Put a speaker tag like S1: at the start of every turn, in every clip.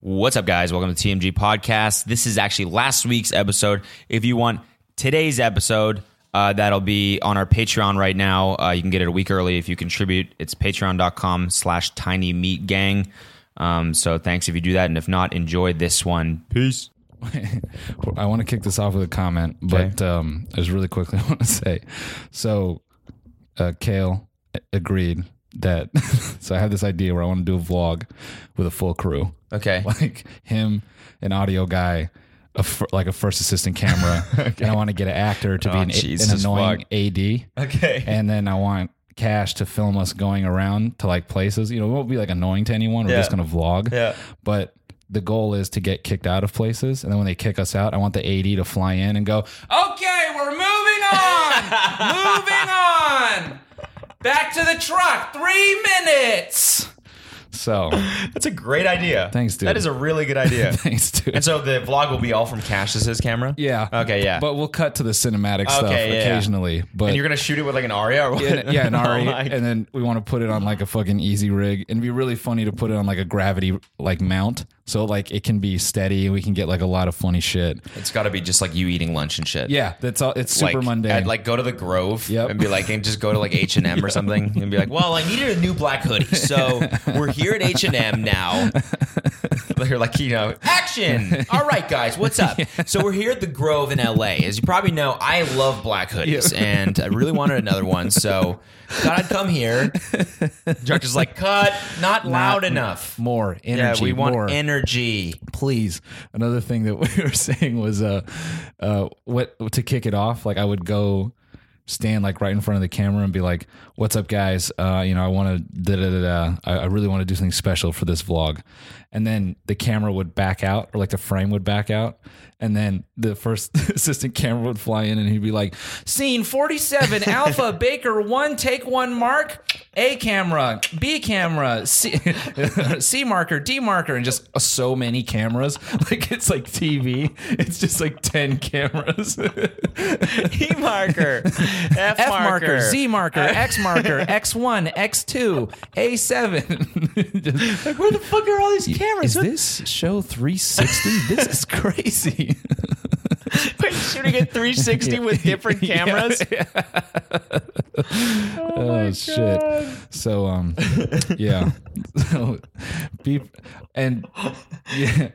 S1: What's up, guys? Welcome to TMG Podcast. This is actually last week's episode. If you want today's episode, uh, that'll be on our Patreon right now. Uh, you can get it a week early if you contribute. It's patreon.com slash tiny meat gang. Um, so thanks if you do that. And if not, enjoy this one. Peace.
S2: I want to kick this off with a comment, but um, I just really quickly want to say. So, uh, Kale agreed that. so I have this idea where I want to do a vlog with a full crew,
S1: Okay.
S2: like him, an audio guy, a fir- like a first assistant camera, and I want to get an actor to
S1: Oh,
S2: be an, a- an
S1: Jesus,
S2: annoying
S1: fuck.
S2: AD,
S1: Okay.
S2: and then I want Cash to film us going around to like places. You know, it won't be like annoying to anyone. We're
S1: Yeah.
S2: just gonna vlog
S1: Yeah.
S2: but the goal is to get kicked out of places and then when they kick us out i want the ad to fly in and go okay we're moving on moving on back to the truck three minutes so
S1: That's a great idea.
S2: Thanks, dude.
S1: That is a really good idea.
S2: thanks dude
S1: And so the vlog will be all from Cassius's camera?
S2: yeah
S1: Okay, yeah.
S2: but we'll cut to the cinematic stuff
S1: yeah, yeah.
S2: occasionally but
S1: and you're going to shoot it with like an aria or what?
S2: and, yeah, an
S1: Oh
S2: RE,
S1: my
S2: and then we want to put it on like a fucking easy rig, and it'd be really funny to put it on like a gravity like mount, so like it can be steady, and we can get like a lot of funny shit.
S1: It's got to be just like you eating lunch and shit.
S2: Yeah, that's all. It's super
S1: like,
S2: mundane.
S1: I'd like go to the Grove
S2: Yep.
S1: and be like, and just go to like H and M or something, and be like, well, I needed a new black hoodie, so we're here at H and M now. They're like, you know, action. All right, guys, what's up? So we're here at the Grove in L.A. As you probably know, I love black hoodies, and I really wanted another one, so thought I'd come here. Director's like, cut, not loud enough.
S2: more
S1: Yeah,
S2: energy.
S1: we want
S2: more.
S1: energy.
S2: please. Another thing that we were saying was uh, uh, what to kick it off. Like I would go stand like right in front of the camera and be like, "What's up, guys? Uh, you know, I want to da da da da. I, I really want to do something special for this vlog." And then the camera would back out, or like the frame would back out, and then the first assistant camera would fly in, and he'd be like, "Scene forty-seven, Alpha Baker one, take one, mark." A camera, B camera, C, C marker, D marker, and just so many cameras. Like it's like TV. It's just like 10 cameras.
S1: E marker, F,
S2: F marker, Z marker, X marker, X1, X2, A7. Just-
S1: Where the fuck are all these cameras?
S2: Is this show 360? This is crazy.
S1: Wait, shooting at 360 with different cameras?
S2: Oh, shit. So um yeah. So be and yeah,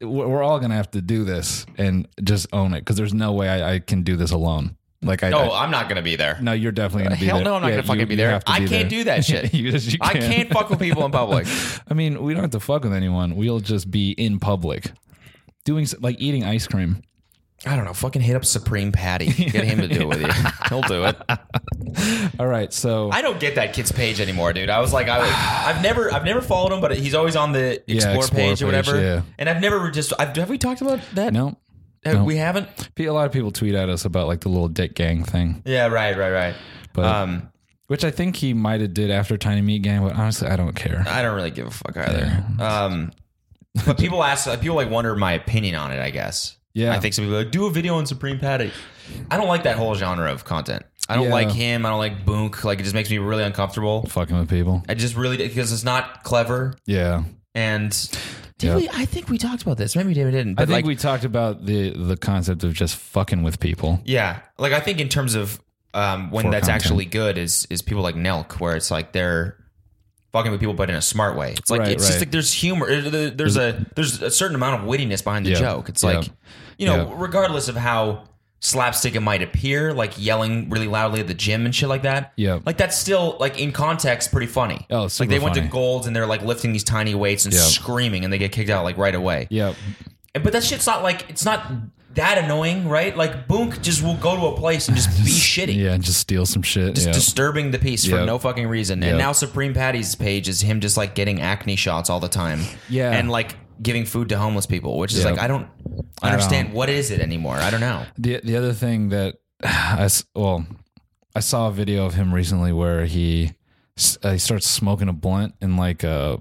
S2: we're we're all going to have to do this and just own it cuz there's no way I, I can do this alone. Like I,
S1: No,
S2: I-
S1: Oh, I'm not gonna be there.
S2: no, you're definitely going to be
S1: Hell
S2: there.
S1: no, I'm not
S2: Yeah,
S1: gonna fucking
S2: you-
S1: be
S2: you
S1: there.
S2: have to
S1: I
S2: be
S1: can't
S2: there.
S1: do that shit.
S2: You just- you
S1: I can't fuck with people in public.
S2: I mean, we don't have to fuck with anyone. We'll just be in public, doing s- like eating ice cream.
S1: I don't know. Fucking hit up Supreme Patty. Get him to do it with you. He'll do it.
S2: All right, so
S1: I don't get that kid's page anymore, dude. I was like, I, I've never, I've never followed him, but he's always on the Explore,
S2: Explore
S1: page or
S2: page,
S1: whatever.
S2: yeah.
S1: And I've never just, I've, have we talked about that?
S2: no,
S1: Uh,
S2: no.
S1: we haven't.
S2: P- a lot of people tweet at us about like the little dick gang thing,
S1: Yeah, right, right, right.
S2: but
S1: Um,
S2: which I think he might have did after Tiny Meat Gang. But honestly, I don't care.
S1: I don't really give a fuck either. Um, but people ask, people like wonder my opinion on it. I guess.
S2: Yeah.
S1: I think some people are like do a video on Supreme Patty. I don't like that whole genre of content. I don't
S2: Yeah.
S1: like him. I don't like Boonk. Like it just makes me really uncomfortable.
S2: Fucking with people,
S1: I just really because it's not clever.
S2: yeah.
S1: And did
S2: Yeah.
S1: we? I think we talked about this. Maybe David didn't.
S2: I
S1: But
S2: think
S1: like,
S2: we talked about the the concept of just fucking with people.
S1: yeah, like I think in terms of um, when
S2: For
S1: that's
S2: content.
S1: actually good is is people like Nelk, where it's like they're fucking with people, but in a smart way. It's like
S2: Right,
S1: it's just
S2: right.
S1: like there's humor. There- There's a there's a certain amount of wittiness behind the
S2: Yeah.
S1: joke. It's
S2: Yeah.
S1: like you know,
S2: Yeah.
S1: regardless of how slapstick it might appear, like yelling really loudly at the gym and shit like that.
S2: Yeah.
S1: like that's still like in context pretty funny.
S2: Oh, super
S1: like they went to
S2: funny.
S1: Golds and they're like lifting these tiny weights and
S2: Yeah.
S1: screaming, and they get kicked out like right away.
S2: Yeah,
S1: And- But that shit's not like it's not that annoying, right? Like Boonk just will go to a place and just be shitty.
S2: yeah, and just steal some shit.
S1: Just
S2: yeah.
S1: disturbing the peace for
S2: Yep.
S1: no fucking reason. And
S2: Yep.
S1: now Supreme Patty's page is him just like getting acne shots all the time.
S2: Yeah.
S1: And like giving food to homeless people, which is
S2: Yep.
S1: like I don't understand what is it anymore. I don't know.
S2: The the other thing that I s- well, I saw a video of him recently where he s- uh, he starts smoking a blunt in like a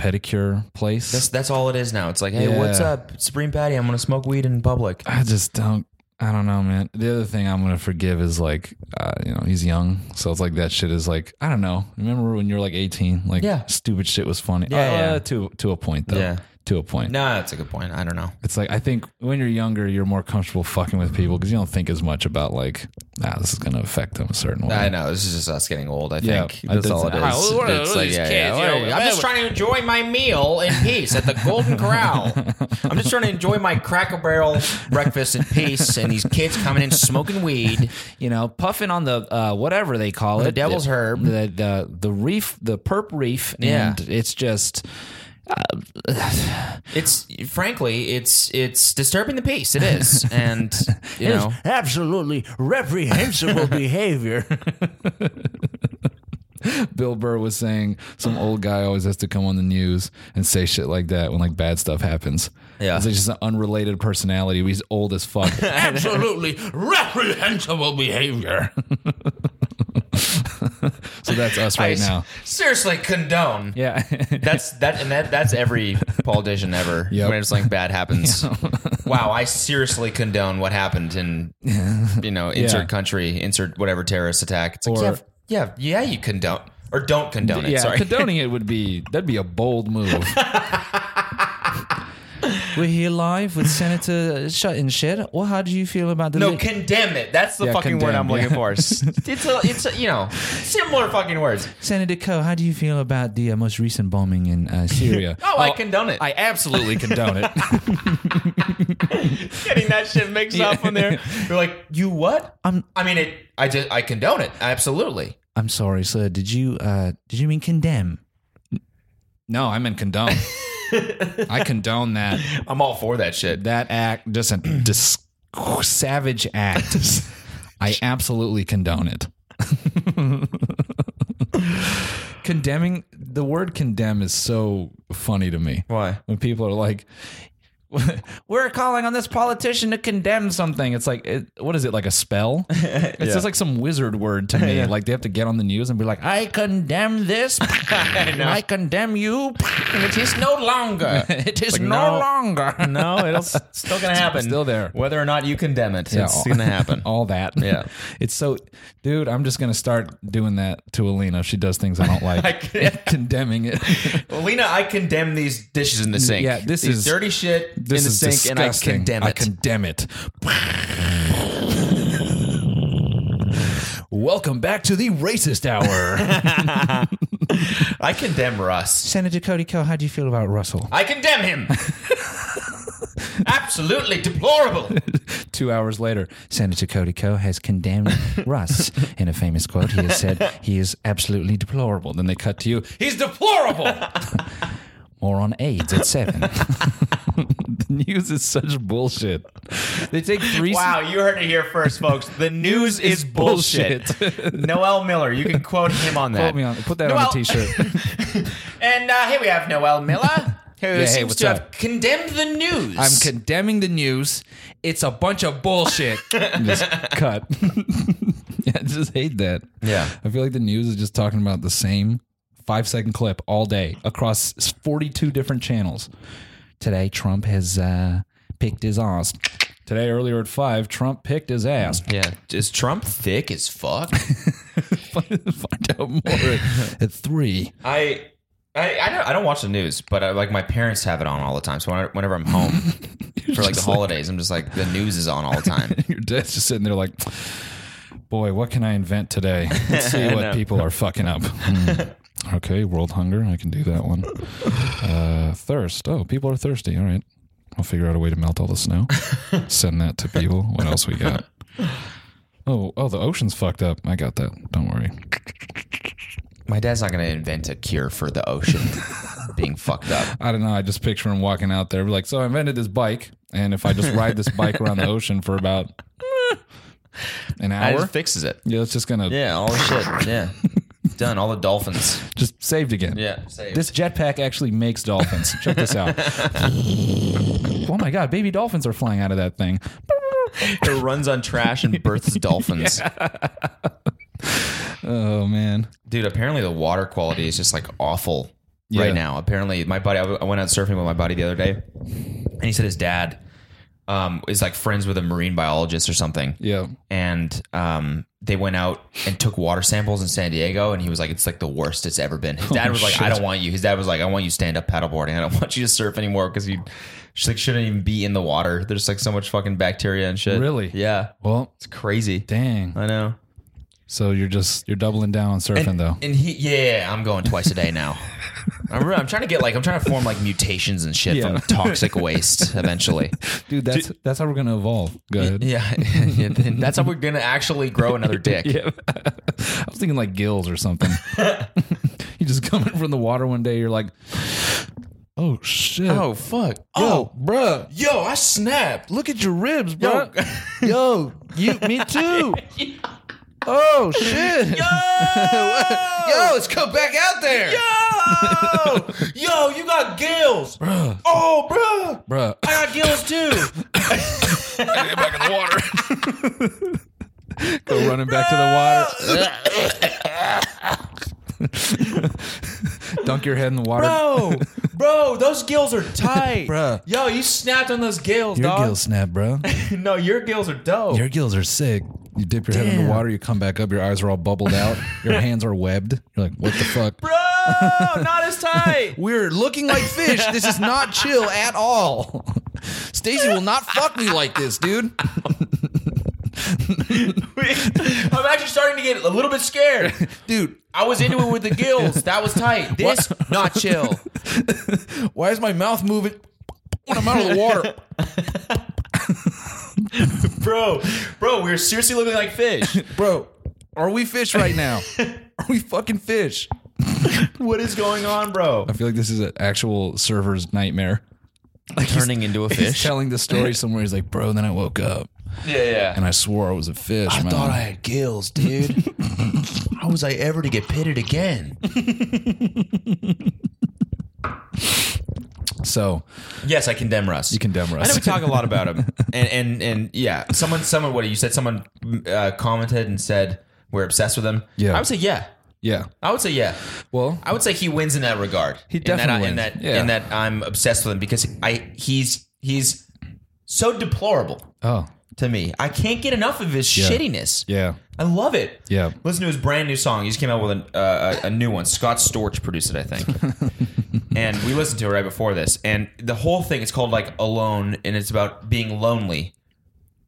S2: pedicure place.
S1: That's that's all it is now. It's like, hey,
S2: Yeah.
S1: what's up, Supreme Patty? I'm gonna smoke weed in public.
S2: I just don't. I don't know, man. The other thing I'm gonna forgive is like, uh, you know, he's young, so it's like that shit is like, I don't know. Remember when you were like 18? Like,
S1: Yeah.
S2: stupid shit was funny. Oh, uh,
S1: Yeah, yeah.
S2: to to a point though.
S1: Yeah.
S2: to a point.
S1: No, that's a good point. I don't know.
S2: It's like I think when you're younger, you're more comfortable fucking with people because you don't think as much about like, nah, this is gonna affect them a certain way.
S1: I know. This is just us getting old. I
S2: Mm. Yeah,
S1: think
S2: I
S1: that's
S2: did
S1: all it
S2: say-
S1: is.
S2: Ah,
S1: It's
S3: what are
S1: like,
S3: these
S1: yeah,
S3: kids,
S1: yeah,
S3: you
S1: what are
S3: know,
S1: you- I'm just trying to enjoy my meal in peace at the Golden Corral. I'm just trying to enjoy my Cracker Barrel breakfast in peace, and these kids coming in smoking weed.
S2: you know, puffing on the uh, whatever they call it,
S1: The devil's herb.
S2: the the the reef, the perp reef,
S1: Yeah.
S2: and it's just
S1: It's frankly, it's it's disturbing the peace. It is, and you know,
S3: Absolutely reprehensible behavior.
S2: Bill Burr was saying some old guy always has to come on the news and say shit like that when like bad stuff happens.
S1: Yeah.
S2: it's like just an unrelated personality. He's old as fuck.
S3: Absolutely reprehensible behavior.
S2: so that's us
S1: I
S2: right
S1: s-
S2: now.
S1: seriously condone.
S2: Yeah,
S1: That's that, and that that's every politician ever.
S2: Yep.
S1: When something bad happens, wow! I seriously condone what happened in you know insert
S2: Yeah.
S1: country, insert whatever terrorist attack. It's like,
S2: Or-
S1: yeah, yeah, yeah, you condone or don't condone it.
S2: yeah.
S1: sorry,
S2: Condoning it would be that'd be a bold move. We're here live with Senator Shut and Shed. Well, how do you feel about the
S1: no, condemn it. That's the
S2: Yeah,
S1: fucking word
S2: condemn,
S1: I'm
S2: yeah.
S1: looking for. It's a, it's a, you know similar fucking words.
S2: Senator Coe, how do you feel about the uh, most recent bombing in uh, Syria?
S1: Oh, I condone it.
S2: I absolutely condone it.
S1: Getting that shit mixed up on there. You're like, you what?
S2: I'm
S1: I mean, it. I just I condone it absolutely.
S2: I'm sorry, sir. Did you uh did you mean condemn? No, I meant condone. I condone that
S1: I'm all for that shit.
S2: that act, just a dis- savage act. I absolutely condone it. Condemning the word condemn is so funny to me.
S1: Why?
S2: when people are like we're calling on this politician to condemn something it's like it, what is it like a spell it's just like some wizard word to me like they have to get on the news and be like i condemn this i, condemn you
S1: It is no longer.
S2: it is
S1: Like,
S2: no,
S1: no.
S2: longer
S1: No, it's still gonna happen.
S2: Still there. Oh.
S1: Whether or not you condemn it, it's
S2: all-
S1: gonna happen.
S2: all that
S1: Yeah.
S2: it's so dude i'm just gonna start doing that to alina if she does things i don't like
S1: I-
S2: condemning it
S1: Well, Lena, I condemn these dishes in the sink.
S2: Yeah, this
S1: These
S2: is-
S1: dirty shit
S2: this
S1: in the
S2: is
S1: sink,
S2: disgusting.
S1: and I condemn it.
S2: I condemn it. Welcome back to the racist hour.
S1: I condemn Russ.
S2: Senator Cody Coe, how do you feel about Russell?
S1: I condemn him. Absolutely deplorable.
S2: Two hours later, Senator Cody Coe has condemned Russ. In a famous quote, he has said, he is absolutely deplorable. Then they cut to you,
S1: He's deplorable.
S2: more on AIDS at seven. the news is such bullshit. They take three.
S1: Wow, you heard it here first, folks. The news is bullshit. Noel Miller, you can quote him on that.
S2: Put, me on, put that
S1: Noel-
S2: on a t-shirt.
S1: And uh, here we have Noel Miller, who
S2: hey,
S1: seems
S2: what's
S1: to have
S2: up?
S1: condemned the news.
S2: I'm condemning the news. It's a bunch of bullshit. just cut. yeah, I just hate that.
S1: Yeah.
S2: I feel like the news is just talking about the same five second clip all day across 42 different channels. Today, Trump has uh, picked his ass. Today, earlier at five, Trump picked his ass.
S1: Yeah. Is Trump thick as fuck?
S2: Find out more at, at three.
S1: I. I, I, don't, I don't watch the news, but I, like my parents have it on all the time. So when I- whenever I'm home for like the holidays, I'm just like the news is on all the time.
S2: Your dad's just sitting there like, boy, what can I invent today? Let's see what people are fucking up. Hmm. Okay, world hunger. I can do that one. Uh, thirst. Oh, people are thirsty. All right. I'll figure out a way to melt all the snow. Send that to people. What else we got? Oh, oh, the ocean's fucked up. I got that. Don't worry.
S1: My dad's not going to invent a cure for the ocean being fucked up.
S2: I don't know. I just picture him walking out there, like, so I invented this bike, and if I just ride this bike around the ocean for about an
S1: I
S2: hour,
S1: just fixes it.
S2: yeah, it's just gonna
S1: Yeah, all the shit. Yeah. Done. All the dolphins.
S2: just saved again.
S1: Yeah. Saved.
S2: This jetpack actually makes dolphins. Check this out. oh my god, baby dolphins are flying out of that thing.
S1: it runs on trash and births dolphins.
S2: Oh man.
S1: Dude, apparently the water quality is just like awful
S2: Yeah.
S1: right now. Apparently, my buddy, I w- I went out surfing with my buddy the other day, and he said his dad um, is like friends with a marine biologist or something.
S2: Yeah.
S1: And um, they went out and took water samples in San Diego, and he was like, "It's like the worst it's ever been." His dad was like, "I don't want you." His dad was like, "I want you stand up paddleboarding. I don't want you to surf anymore because you just like shouldn't even be in the water. There's like so much fucking bacteria and shit."
S2: Really?
S1: Yeah,
S2: Well,
S1: it's crazy.
S2: dang.
S1: I know.
S2: So you're just you're doubling down on surfing though.
S1: And he, yeah, I'm going twice a day now. I'm, re- I'm trying to get like I'm trying to form like mutations and shit
S2: Yeah.
S1: from toxic waste eventually.
S2: Dude, that's that's how we're gonna evolve. Go ahead.
S1: Yeah, yeah, then that's how we're gonna actually grow another dick.
S2: Yeah. I was thinking like gills or something. you just come in from the water one day, you're like, oh shit.
S1: Oh fuck!
S2: oh, bruh.
S1: yo, I snapped.
S2: Look at your ribs,
S1: Yo.
S2: bro. Yo, you, me too. Oh shit.
S1: Oh. Yo,
S2: let's go back out there.
S1: yo, yo, you got gills, Oh, bro,
S2: Bruh.
S1: I got gills too.
S2: back in the water. Go running back to the water. Dunk your head in the water.
S1: Bro, bro, those gills are tight,
S2: Bruh.
S1: Yo, you snapped on those gills,
S2: Your
S1: dog.
S2: gills snap, bro.
S1: No, your gills are dope.
S2: Your gills are sick. You dip your head in the water, you come back up, your eyes are all bubbled out, your hands are webbed. You're like, what the fuck?
S1: bro, Oh, not as tight.
S2: We're looking like fish. This is not chill at all. Stacy will not fuck me like this, dude.
S1: I'm actually starting to get a little bit scared.
S2: Dude,
S1: I was into it with the gills. That was tight. This not chill.
S2: why is my mouth moving when I'm out of the water?
S1: Bro, bro, we're seriously looking like fish.
S2: Bro, are we fish right now? Are we fucking fish?
S1: What is going on, bro?
S2: I feel like this is an actual server's nightmare.
S1: Turning into a
S2: He's telling the story somewhere. He's like, bro, then I woke up
S1: Yeah, yeah.
S2: and I swore I was a fish. I man.
S1: thought I had gills, dude. How was I ever to get pitted again?
S2: so
S1: Yes, I condemn Russ. You
S2: condemn
S1: I know
S2: Russ.
S1: we talk a lot about him, and and and yeah, someone, someone, what you said, someone uh, commented and said we're obsessed with him.
S2: Yeah.
S1: I would say yeah.
S2: yeah.
S1: I would say yeah.
S2: Well,
S1: I would say he wins in that regard. He
S2: definitely
S1: in that,
S2: wins.
S1: In that,
S2: Yeah.
S1: in that I'm obsessed with him because I he's he's so deplorable
S2: oh
S1: to me. I can't get enough of his shittiness.
S2: yeah,
S1: I love it.
S2: Yeah.
S1: Listen to his brand new song. He just came out with an, uh, a, a new one. Scott Storch produced it, I think. and we listened to it right before this. And the whole thing is called like Alone, and it's about being lonely.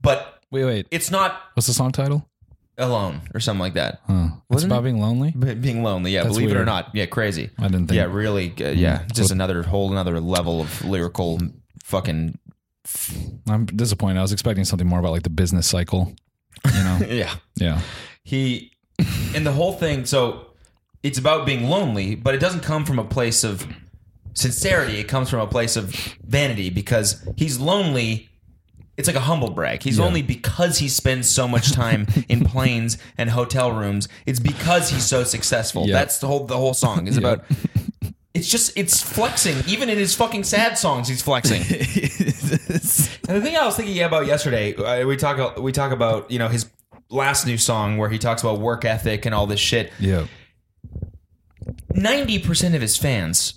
S1: But
S2: Wait, wait.
S1: it's not
S2: What's the song title?
S1: alone or something like that.
S2: Oh, it's about being lonely.
S1: But being lonely, yeah. believe it or
S2: weird.
S1: not, yeah, crazy.
S2: I didn't think-
S1: Yeah, really. Good. Yeah, just another whole another level of lyrical
S2: Mm.
S1: fucking.
S2: I'm disappointed. I was expecting something more about like the business cycle. You know?
S1: Yeah.
S2: yeah.
S1: he and the whole thing so it's about being lonely but it doesn't come from a place of sincerity it comes from a place of vanity because he's lonely it's like a humble brag he's lonely because he spends so much time in planes and hotel rooms it's because he's so successful
S2: Yeah.
S1: that's the whole the whole song is about it's just it's flexing even in his fucking sad songs he's flexing and the thing I was thinking about yesterday, uh, we talk we talk about you know his last new song where he talks about work ethic and all this shit.
S2: Yeah.
S1: Ninety percent of his fans,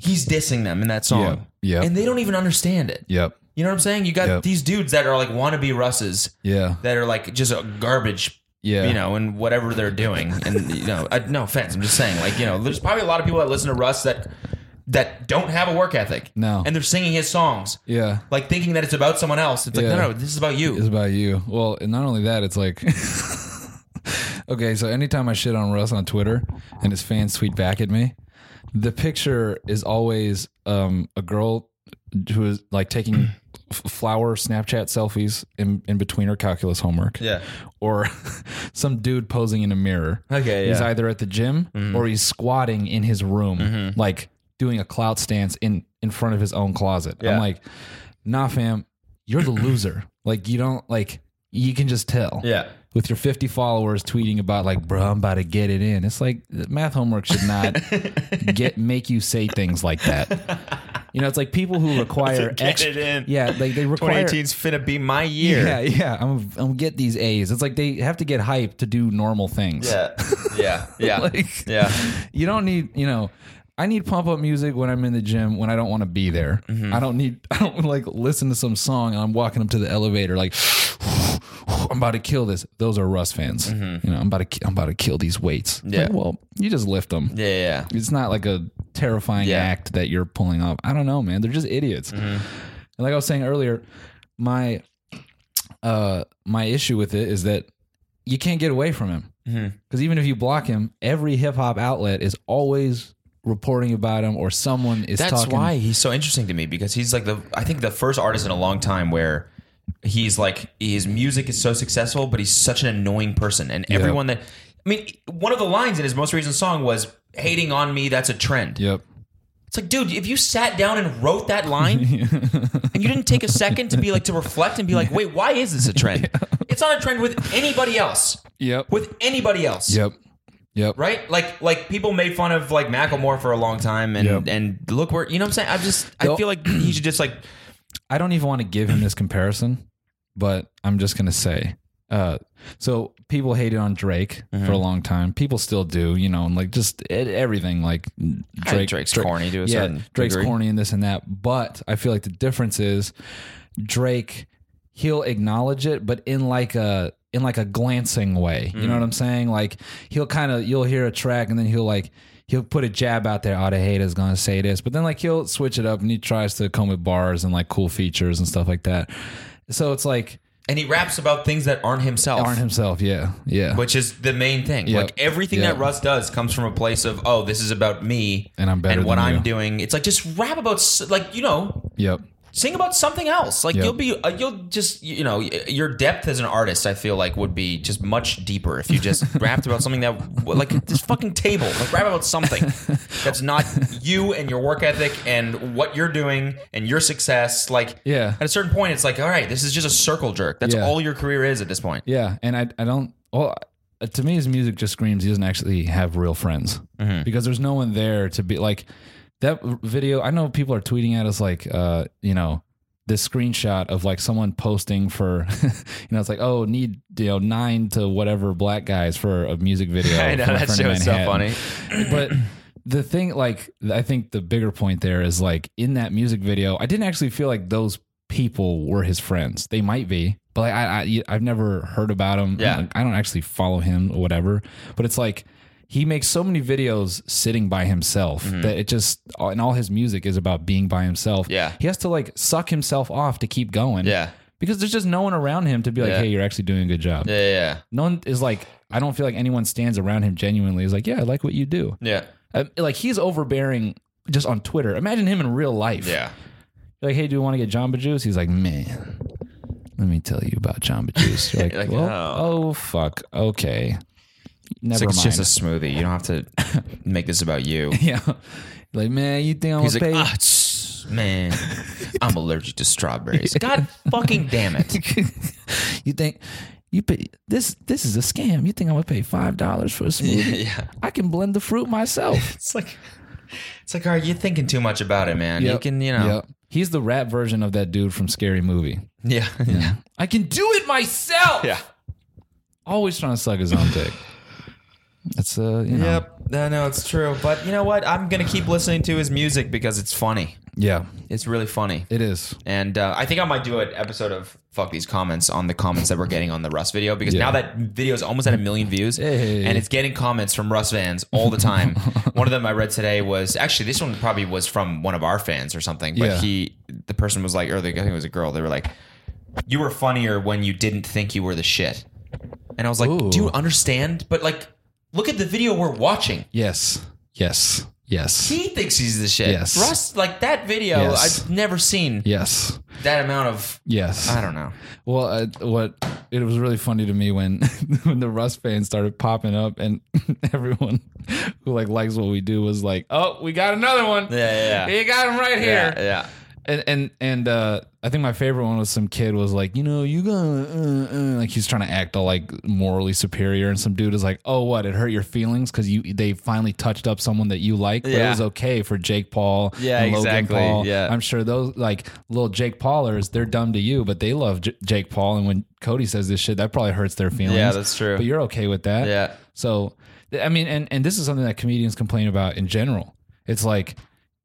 S1: he's dissing them in that song.
S2: Yeah. Yeah.
S1: and they don't even understand it.
S2: Yep.
S1: You know what I'm saying? You got
S2: Yep.
S1: these dudes that are like wannabe Russes
S2: Yeah.
S1: that are like just garbage.
S2: Yeah.
S1: You know, and whatever they're doing, and you know, I, no offense, I'm just saying, like you know, there's probably a lot of people that listen to Russ that that don't have a work ethic.
S2: No.
S1: and they're singing his songs,
S2: Yeah.
S1: like thinking that it's about someone else. It's like,
S2: Yeah.
S1: no, no, this is about you.
S2: It's about you. Well, and not only that, it's like Okay, so anytime I shit on Russ on Twitter and his fans tweet back at me, the picture is always um, a girl who is like taking f- flower Snapchat selfies in, in between her calculus homework.
S1: Yeah.
S2: Or some dude posing in a mirror.
S1: Okay,
S2: He's
S1: yeah. Mm-hmm.
S2: either at the gym or he's squatting in his room, like doing a clout stance in in front of his own closet.
S1: Yeah.
S2: I'm like, nah, fam, you're the loser. Like you don't like you can just tell.
S1: Yeah.
S2: With your 50 followers tweeting about like, bro, I'm about to get it in. It's like math homework should not get make you say things like that. You know, it's like people who require
S1: Get
S2: ex-
S1: it in.
S2: Yeah, like they require
S1: 2018's finna be my year.
S2: Yeah, yeah. I'm I'm get these A's. It's like they have to get hype to do normal things.
S1: Yeah, yeah, yeah,
S2: Like-
S1: yeah.
S2: You don't need, you know, I need pump up music when I'm in the gym when I don't want to be there.
S1: Mm-hmm.
S2: I don't need, I don't like listen to some song and I'm walking up to the elevator like, I'm about to kill this. Those are Russ fans. You know, I'm about to ki- I'm about to kill these weights. It's like,
S1: Mm-hmm. Yeah.
S2: well, you just lift them.
S1: Yeah, yeah,
S2: It's not like a terrifying
S1: Yeah. Mm-hmm.
S2: act that you're pulling off. I don't know, man. They're just idiots. And like I was saying earlier, my uh my issue with it is that you can't get away from him.
S1: yeah.
S2: Because even if you block him, every hip hop outlet is always reporting about him or someone is
S1: That's
S2: talking.
S1: why he's so interesting to me because he's like the I think the first artist in a long time where he's like his music is so successful, but he's such an annoying person, and everyone that I mean, one of the lines in his most recent song was "hating on me." That's a trend.
S2: Yep.
S1: It's like, dude, if you sat down and wrote that line, and you didn't take a second to be like to reflect and be like, wait, why is this a trend? It's not a trend with anybody else.
S2: Yep.
S1: With anybody else
S2: yep. Yep.
S1: right? Like like people made fun of like Macklemore for a long time, and
S2: Yep.
S1: and look where you know what I'm saying. I just I
S2: Don't-
S1: feel like he should just like
S2: I don't even want to give him this comparison, but I'm just gonna say. Uh, so people hated on Drake
S1: Mm-hmm.
S2: for a long time. People still do, you know, and like just e- everything. Like Drake,
S1: Drake's corny to a
S2: yeah,
S1: certain
S2: Drake's
S1: degree.
S2: corny and this and that. But I feel like the difference is Drake. He'll acknowledge it, but in like a in like a glancing way. You know what I'm saying? Like he'll kind of you'll hear a track and then he'll like he'll put a jab out there. Oh, the hater's gonna say this, but then like he'll switch it up and he tries to come with bars and like cool features and stuff like that. So it's like
S1: and he raps about things that aren't himself,
S2: Arn himself, yeah, yeah.
S1: which is the main thing.
S2: Yeah.
S1: Like everything
S2: Yeah.
S1: that Russ does comes from a place of oh, this is about me
S2: And I'm better
S1: and what
S2: than
S1: I'm
S2: you.
S1: doing. It's like just rap about s- like you know.
S2: yep.
S1: Sing about something else. Like
S2: Yeah.
S1: you'll be, uh, you'll just, you know, y- your depth as an artist. I feel like would be just much deeper if you just rapped about something that, like this fucking table. Like rap about something that's not you and your work ethic and what you're doing and your success. Like,
S2: Yeah.
S1: At a certain point, it's like, all right, this is just a circle jerk. That's
S2: Yeah.
S1: all your career is at this point.
S2: Yeah, and I I don't. Well, uh, to me, his music just screams he doesn't actually have real friends
S1: Mm-hmm.
S2: because there's no one there to be like that video. I know people are tweeting at us like, uh, you know. This screenshot of like someone posting for, you know, it's like, oh, need you know nine to whatever black guys for a music video.
S1: I know,
S2: from a
S1: that
S2: friend of
S1: show is so
S2: Manhattan
S1: funny.
S2: but the thing like i think the bigger point there is like in that music video i didn't actually feel like those people were his friends they might be but like, I, I i've never heard about him
S1: Yeah.
S2: Like, i don't actually follow him or whatever but it's like he makes so many videos sitting by himself
S1: Mm-hmm.
S2: that it just and all his music is about being by himself
S1: Yeah.
S2: he has to like suck himself off to keep going
S1: Yeah.
S2: because there's just no one around him to be like
S1: Yeah.
S2: hey you're actually doing a good job
S1: Yeah, yeah,
S2: no one is like i don't feel like anyone stands around him genuinely is like yeah i like what you do
S1: yeah,
S2: uh, like he's overbearing just on Twitter. Imagine him in real life.
S1: yeah.
S2: You're like, hey, do you want to get Jamba Juice? He's like, man, let me tell you about Jamba Juice. You're like,
S1: You're like,
S2: well, oh. fuck, okay,
S1: It's
S2: never
S1: like it's
S2: mind.
S1: just a smoothie. You don't have to make this about you.
S2: yeah, like man, you think I'm
S1: He's
S2: gonna
S1: like,
S2: pay?
S1: ah, tss, man, I'm allergic to strawberries. God fucking damn it.
S2: you think you pay this? This is a scam. You think I'm gonna pay five dollars for a smoothie?
S1: Yeah.
S2: I can blend the fruit myself.
S1: It's like, it's like, all right, you're thinking too much about it, man. You
S2: Yep.
S1: can, you know.
S2: Yep. He's the rap version of that dude from Scary Movie.
S1: Yeah. Oh. Yeah.
S2: I can do it myself.
S1: Yeah.
S2: always trying to suck his own dick. That's uh, you know,
S1: Yep. No, no, it's true. But you know what? I'm going to keep listening to his music because it's funny.
S2: yeah,
S1: It's really funny.
S2: it is.
S1: And uh, I think I might do an episode of fuck these comments on the comments that we're getting on the Russ video because now that video is almost at a million views
S2: Hey.
S1: and it's getting comments from Russ fans all the time. one of them I read today was actually this one probably was from one of our fans or something, but
S2: Yeah.
S1: he the person was like, or the, I think it was a girl. They were like, "You were funnier when you didn't think you were the shit," and I was like,
S2: Ooh.
S1: "Do you understand?" But like, look at the video we're watching.
S2: Yes, yes, yes,
S1: He thinks he's the shit.
S2: Yes.
S1: Russ, like that video,
S2: Yes.
S1: I've never seen
S2: yes,
S1: that amount of.
S2: yes.
S1: I don't know.
S2: Well, uh, what it was really funny to me when when the Rust fans started popping up and everyone who like likes what we do was like, "Oh, we got another one.
S1: Yeah, yeah, yeah.
S2: You got him right here."
S1: Yeah, yeah.
S2: And and and uh, I think my favorite one was some kid was like, you know, you gonna uh, uh, like he's trying to act all like morally superior, and some dude is like, oh, what? It hurt your feelings because you they finally touched up someone that you like, but it
S1: Yeah.
S2: was okay for Jake Paul,
S1: Yeah,
S2: and Logan
S1: exactly,
S2: Paul.
S1: yeah.
S2: I'm sure those like little Jake Paulers, they're dumb to you, but they love J- Jake Paul, and when Cody says this shit, that probably hurts their feelings.
S1: Yeah, that's true.
S2: But you're okay with that,
S1: Yeah.
S2: so, th- I mean, and, and this is something that comedians complain about in general. It's like,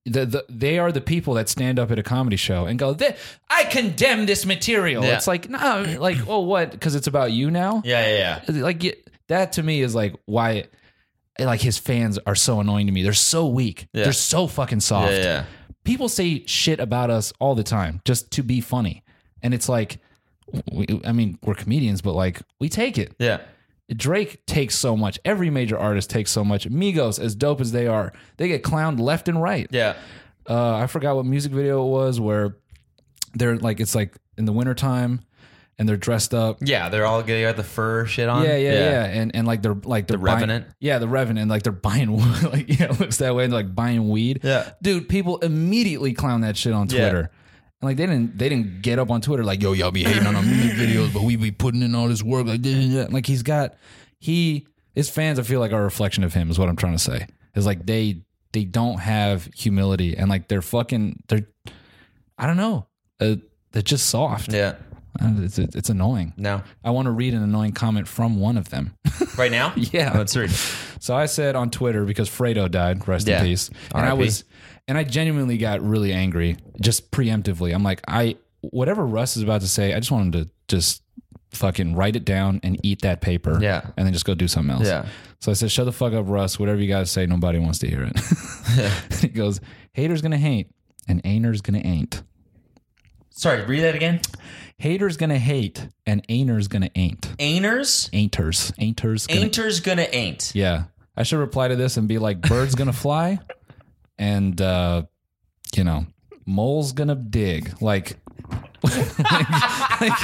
S2: the, the, they are the people that stand up at a comedy show and go, "Th- I condemn this material.
S1: Yeah.
S2: It's like, no, like, oh, what? Because it's about you now?
S1: Yeah, yeah, yeah.
S2: Like, y- that to me is like why, like, his fans are so annoying to me. They're so weak.
S1: Yeah.
S2: They're so fucking soft.
S1: Yeah, yeah.
S2: People say shit about us all the time just to be funny. And it's like, we, I mean, we're comedians, but like, we take it.
S1: Yeah.
S2: Drake takes so much. Every major artist takes so much. Migos, as dope as they are, they get clowned left and right.
S1: Yeah.
S2: Uh, I forgot what music video it was where they're like, it's like in the wintertime and they're dressed up.
S1: Yeah, they're all they got the fur shit on.
S2: Yeah, yeah, yeah, and and like they're like they're
S1: The
S2: buying-
S1: Revenant?
S2: yeah, the revenant. Like they're buying, wood. like yeah, it looks that way. and like buying weed.
S1: Yeah.
S2: dude, people immediately clown that shit on
S1: Yeah.
S2: Twitter. And like they didn't they didn't get up on Twitter like yo y'all be hating on our music videos, but we be putting in all this work like this and that. Like he's got he his fans I feel like are a reflection of him is what I'm trying to say. Is like they they don't have humility and like they're fucking they're I don't know uh, they're just soft.
S1: Yeah.
S2: Uh, It's it's annoying.
S1: No.
S2: I want to read an annoying comment from one of them.
S1: Right now? Oh,
S2: yeah,
S1: Let's read.
S2: so I said on Twitter because Fredo died, rest
S1: Yeah.
S2: in peace. And I
S1: R.I.P..
S2: was and I genuinely got really angry just preemptively. I'm like, I whatever Russ is about to say, I just want him to just fucking write it down and eat that paper.
S1: Yeah.
S2: And then just go do something else.
S1: Yeah.
S2: So I said, Shut the fuck up, Russ. Whatever you guys say, nobody wants to hear it. he goes, Haters gonna hate and ainers gonna ain't.
S1: Sorry, read that again.
S2: Haters gonna hate and ainers gonna ain't.
S1: Ainers?
S2: Ain'ters. Ain'ters gonna
S1: Ainter's gonna ain't.
S2: Yeah. I should reply to this and be like, bird's gonna fly and uh you know, mole's gonna dig. Like, like, like,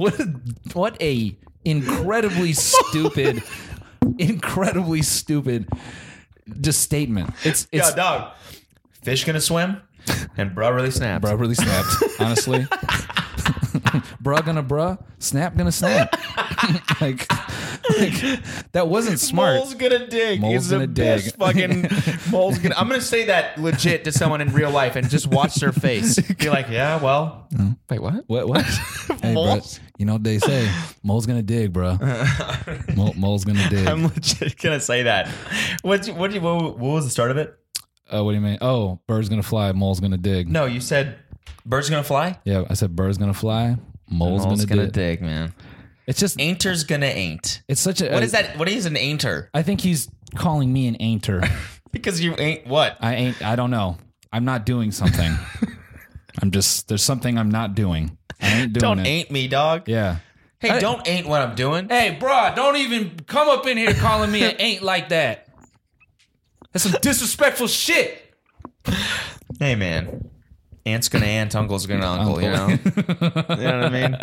S2: what a, what a incredibly stupid incredibly stupid just statement. It's it's
S1: yeah, dog. Fish gonna swim? And bruh really snapped.
S2: Bruh really snapped, honestly. bruh gonna bruh, snap gonna snap. like, like that wasn't smart.
S1: Mole's gonna dig.
S2: Mole's
S1: He's the
S2: gonna
S1: best
S2: dig.
S1: fucking mole's gonna. I'm gonna say that legit to someone in real life and just watch their face. You're like, yeah, well,
S2: Wait, what? What? What? hey, bro,
S1: Moles?
S2: you know what they say? Mole's gonna dig, bro. Mole, mole's gonna dig.
S1: I'm legit gonna say that. What? What? What was the start of it?
S2: oh, what do you mean? Oh, bird's gonna fly. Mole's gonna dig.
S1: No, you said birds gonna fly.
S2: Yeah, I said bird's gonna fly. Mole's,
S1: Mole's
S2: gonna,
S1: gonna
S2: dig.
S1: dig, man.
S2: It's just.
S1: Ainter's gonna ain't.
S2: It's such a.
S1: What is that? What is an ainter?
S2: I think he's calling me an ainter.
S1: Because you ain't what?
S2: I ain't. I don't know. I'm not doing something. I'm just. There's something I'm not doing. I ain't doing
S1: Don't
S2: it.
S1: ain't me, dog.
S2: Yeah.
S1: Hey, don't ain't what I'm doing.
S2: Hey, bro, don't even come up in here calling me an ain't like that. That's some disrespectful shit.
S1: Hey, man. Aunt's gonna aunt, uncle's gonna uncle, you know? you know what I mean?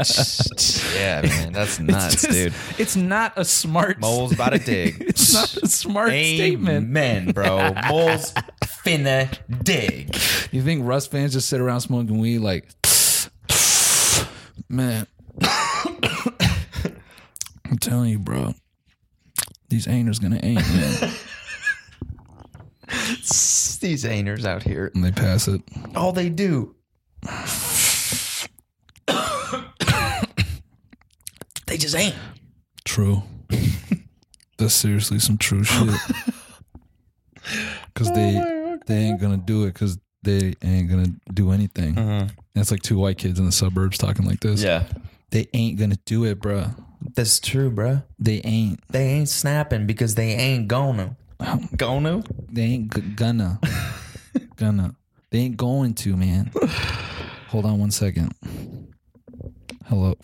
S1: yeah, man. That's nuts,
S2: It's just-
S1: dude.
S2: It's not a smart.
S1: Mole's about to dig.
S2: It's not a smart statement.
S1: Amen, bro. Mole's finna dig.
S2: You think Russ fans just sit around smoking weed like, man? I'm telling you, bro. These ainers gonna ain't man.
S1: These ainers out here.
S2: And they pass it.
S1: All they do. they just ain't.
S2: True. That's seriously some true shit. Cause
S1: Oh
S2: they they ain't gonna do it because they ain't gonna do anything. And it's like two white kids in the suburbs talking like this.
S1: Mm-hmm. Yeah.
S2: They ain't gonna do it, bro.
S1: That's true, bro.
S2: They ain't.
S1: They ain't snapping because they ain't gonna. Gonna?
S2: They ain't g- gonna. gonna. They ain't going to, man. Hold on one second. Hello.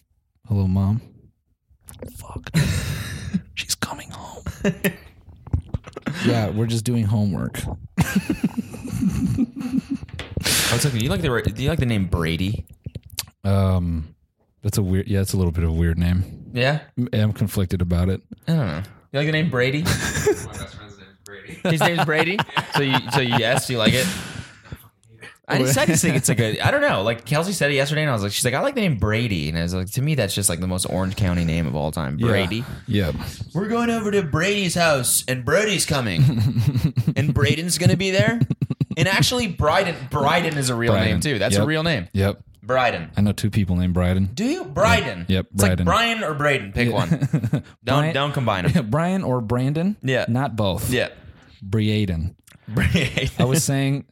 S2: Hello, mom. Fuck. She's coming home. yeah, we're just doing homework.
S1: I was like, do you like the do you like the name Brady?
S2: Um, that's a weird, yeah, that's a little bit of a weird name.
S1: Yeah.
S2: I'm conflicted about it.
S1: I don't know. You like the name Brady?
S4: My best friend's name is Brady.
S1: His name's Brady. So you, so you yes, you like it. I just, I just think it's like a I don't know. Like Kelsey said it yesterday, and I was like, she's like, I like the name Brady, and I was like, to me, that's just like the most Orange County name of all time, Brady.
S2: Yeah.
S1: We're going over to Brady's house, and Brady's coming, and Braden's gonna be there, and actually, Bryden Bryden is a real
S2: Bryden.
S1: name too. That's a
S2: Yep.
S1: real name,
S2: Yep.
S1: Bryden.
S2: I know two people named Bryden.
S1: Do you Bryden?
S2: Yep,
S1: It's like
S2: Bryden.
S1: Brian or Braden. Pick one. Don't
S2: Brian-
S1: don't combine them.
S2: Brian or Brandon?
S1: Yeah.
S2: Not both.
S1: Yeah.
S2: Briaden.
S1: Brady.
S2: I was saying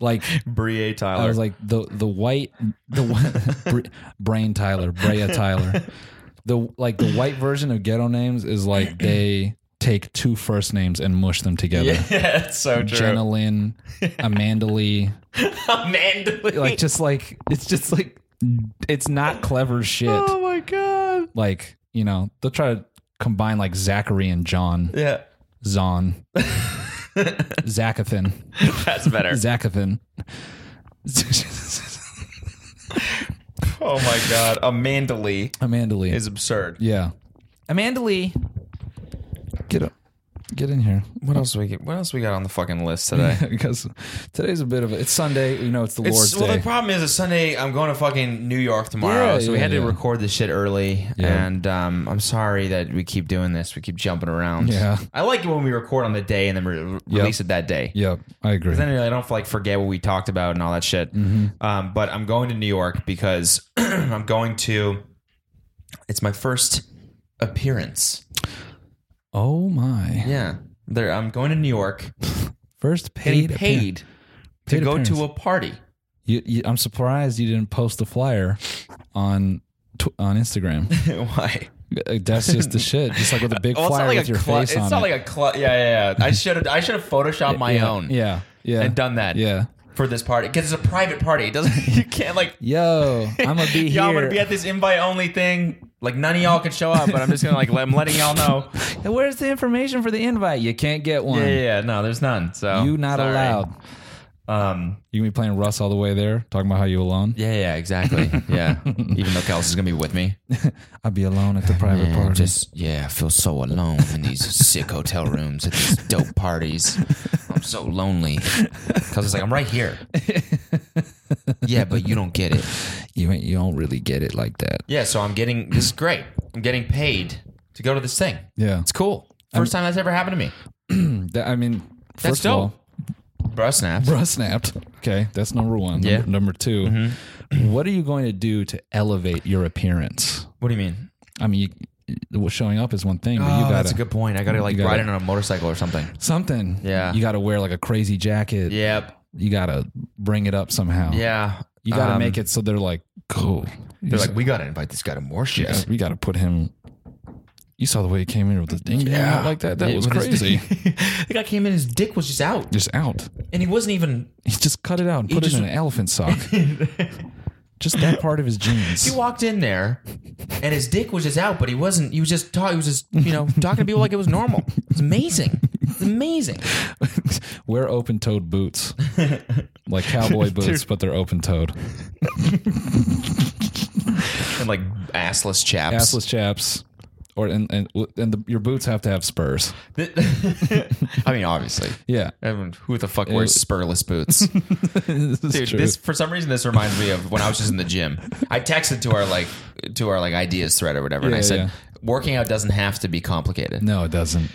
S2: Like
S1: Brie Tyler.
S2: I was like the the white the wh- Br- brain Tyler Brea Tyler. The like the white version of ghetto names is like they take two first names and mush them together.
S1: yeah, that's so true.
S2: Jenna Lynn, Amanda Lee,
S1: Amanda. Lee.
S2: like just like it's just like it's not clever shit.
S1: Oh my god.
S2: Like you know they'll try to combine like Zachary and John
S1: Yeah,
S2: Zon, Zachathan,
S1: that's better.
S2: Zachathan.
S1: Oh my god, Amanda Lee
S2: Amanda Lee
S1: is absurd.
S2: Yeah. Amanda Lee. Get up. Get in here.
S1: What else we get? What else we got on the fucking list today?
S2: because today's a bit of a, it's Sunday, you know, it's the Lord's
S1: It's, well,
S2: Day.
S1: the problem is, it's Sunday. I'm going to fucking New York tomorrow,
S2: Yeah,
S1: so we
S2: yeah,
S1: had to
S2: yeah.
S1: record this shit early.
S2: Yeah.
S1: And um, I'm sorry that we keep doing this. We keep jumping around.
S2: Yeah.
S1: I like it when we record on the day and then re- release it that day.
S2: yep, I agree.
S1: Then I don't like forget what we talked about and all that shit. Um, but I'm going to New York because I'm going to. It's my first appearance.
S2: oh my.
S1: Yeah, there. I'm going to New York,
S2: First paid.
S1: getting paid to
S2: Paid
S1: go to a
S2: appearance.
S1: party.
S2: You, you, I'm surprised you didn't post the flyer on tw- on Instagram.
S1: Why?
S2: That's just the shit. Just like with a big
S1: Well, it's
S2: flyer
S1: Oh, not like
S2: with
S1: a
S2: your
S1: clu-
S2: face
S1: It's
S2: on
S1: not
S2: it.
S1: like a clu- Yeah, yeah, yeah. I should have. I should have photoshopped my
S2: yeah,
S1: own
S2: Yeah. Yeah.
S1: and done that
S2: Yeah.
S1: for this party because it's a private party. It doesn't you can't like
S2: Yo, I'm gonna be here.
S1: y'all gonna be at this invite only thing. Like none of y'all can show up, but I'm just gonna like let, I'm letting y'all know.
S2: Hey, Where's the information for the invite? You can't get one.
S1: Yeah, yeah, yeah. No, there's none. So
S2: You not
S1: sorry.
S2: allowed.
S1: Um.
S2: You gonna be playing Russ all the way there, talking about how you alone.
S1: Yeah, yeah, exactly. Yeah. Even though Kels is gonna be with me.
S2: I'd be alone at the private
S1: Man,
S2: party.
S1: Just yeah, I feel so alone in these sick hotel rooms at these dope parties. I'm so lonely because it's like I'm right here. yeah, but you don't get it.
S2: you ain't, you don't really get it like that.
S1: Yeah, so I'm getting this is great. I'm getting paid to go to this thing.
S2: Yeah,
S1: It's cool. 1st time that's ever happened to me.
S2: That- I mean,
S1: That's
S2: first of all,
S1: dope. Bro snaps.
S2: bro snapped. Okay, that's number one.
S1: Yeah. Mm-hmm.
S2: Number, number 2 what are you going to do to elevate your appearance?
S1: What do you mean?
S2: I mean, you, well, showing up is one thing, but you
S1: Oh,
S2: got
S1: that's
S2: to
S1: a good point. I gotta like
S2: you gotta-
S1: ride in on a motorcycle or something.
S2: something.
S1: Yeah.
S2: you got to wear like a crazy jacket.
S1: Yep.
S2: you got to bring it up somehow.
S1: Yeah.
S2: you got to
S1: Um,
S2: make it so they're like, cool.
S1: They're like, we gotta invite this guy to more shit.
S2: Uh, we got to put him. You saw the way he came in with the ding dong out like that. That
S1: Yeah,
S2: was
S1: with his-
S2: crazy.
S1: the guy came in, his dick was just out,
S2: Just out.
S1: and he wasn't even
S2: He just cut it out and put
S1: just-
S2: it in an elephant sock. just that part of his jeans.
S1: He walked in there, and his dick was just out, but he wasn't. He was just talking. He was just you know talking to people like it was normal. It's amazing. It's amazing.
S2: Wear open-toed boots, like cowboy boots, but they're open-toed.
S1: And like assless chaps.
S2: Assless chaps, or and and, and the, your boots have to have spurs.
S1: I mean, obviously.
S2: Yeah,
S1: I mean, who the fuck wears spurless boots?
S2: this is
S1: Dude,
S2: true.
S1: this for some reason this reminds me of when I was just in the gym. I texted to our like to our like ideas thread or whatever, and I
S2: Yeah,
S1: said,
S2: yeah.
S1: "Working out doesn't have to be complicated."
S2: no, it doesn't.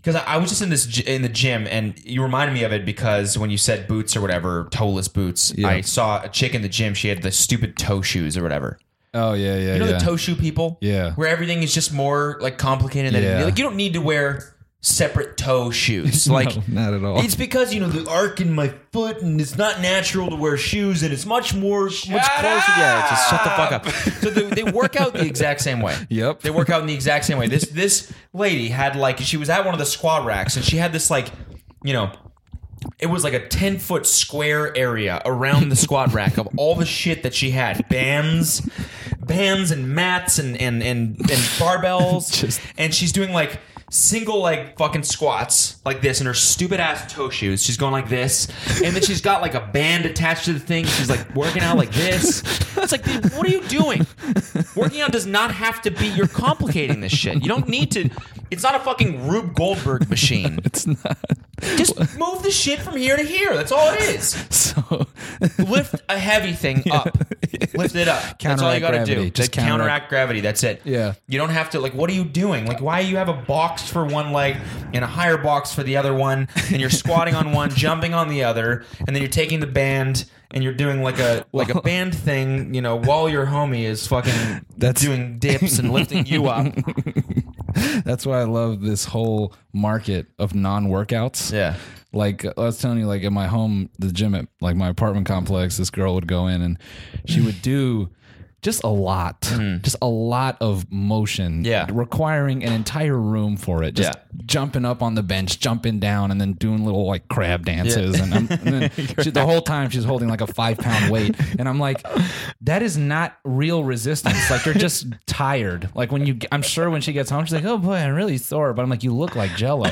S1: Because I, I was just in this gy- in the gym, and you reminded me of it because when you said boots or whatever, toeless boots, I saw a chick in the gym. She had the stupid toe shoes or whatever.
S2: Oh yeah, yeah,
S1: You know the
S2: yeah.
S1: toe shoe people,
S2: Yeah.
S1: where everything is just more like complicated than
S2: Yeah.
S1: like you don't need to wear separate toe shoes. Like
S2: No, not at all.
S1: it's because you know the arc in my foot, and it's not natural to wear shoes, and it's much more much closer. Yeah, just shut the fuck up. So they, they work out the exact same way.
S2: Yep.
S1: they work out in the exact same way. This this lady had like she was at one of the squat racks, and she had this like you know. It was like a ten foot square area around the squat rack of all the shit that she had bands, bands and mats and and and, and barbells,
S2: Just-
S1: and she's doing like single leg fucking squats like this in her stupid ass toe shoes. She's going like this, and then she's got like a band attached to the thing. She's like working out like this. It's like, dude, what are you doing? Working out does not have to be. You're complicating this shit. You don't need to. It's not a fucking Rube Goldberg machine.
S2: it's not.
S1: Just move the shit from here to here. That's all it is.
S2: So
S1: Lift a heavy thing up. Lift it up. That's all you
S2: Counteract
S1: gotta do.
S2: gravity.
S1: Just
S2: Just
S1: counteract,
S2: counteract-
S1: gravity. That's it.
S2: Yeah.
S1: You don't have to like. What are you doing? Like, why you have a box for one leg and a higher box for the other one, and you're squatting on one, jumping on the other, and then you're taking the band and you're doing like a like a band thing. You know, while your homie is fucking
S2: That's-
S1: doing dips and lifting you up.
S2: that's why I love this whole market of non-workouts.
S1: Yeah.
S2: like I was telling you, like at my home, the gym at like my apartment complex, this girl would go in and she would do just a lot, just a lot of motion,
S1: Mm-hmm. Yeah.
S2: requiring an entire room for it. Just
S1: Yeah.
S2: jumping up on the bench, jumping down, and then doing little like crab dances. And, I'm, and then she, the whole time she's holding like a five pound weight, and I'm like, that is not real resistance. Like you're just tired. Like when you, I'm sure when she gets home, she's like, oh boy, I'm really sore. But I'm like, you look like Jello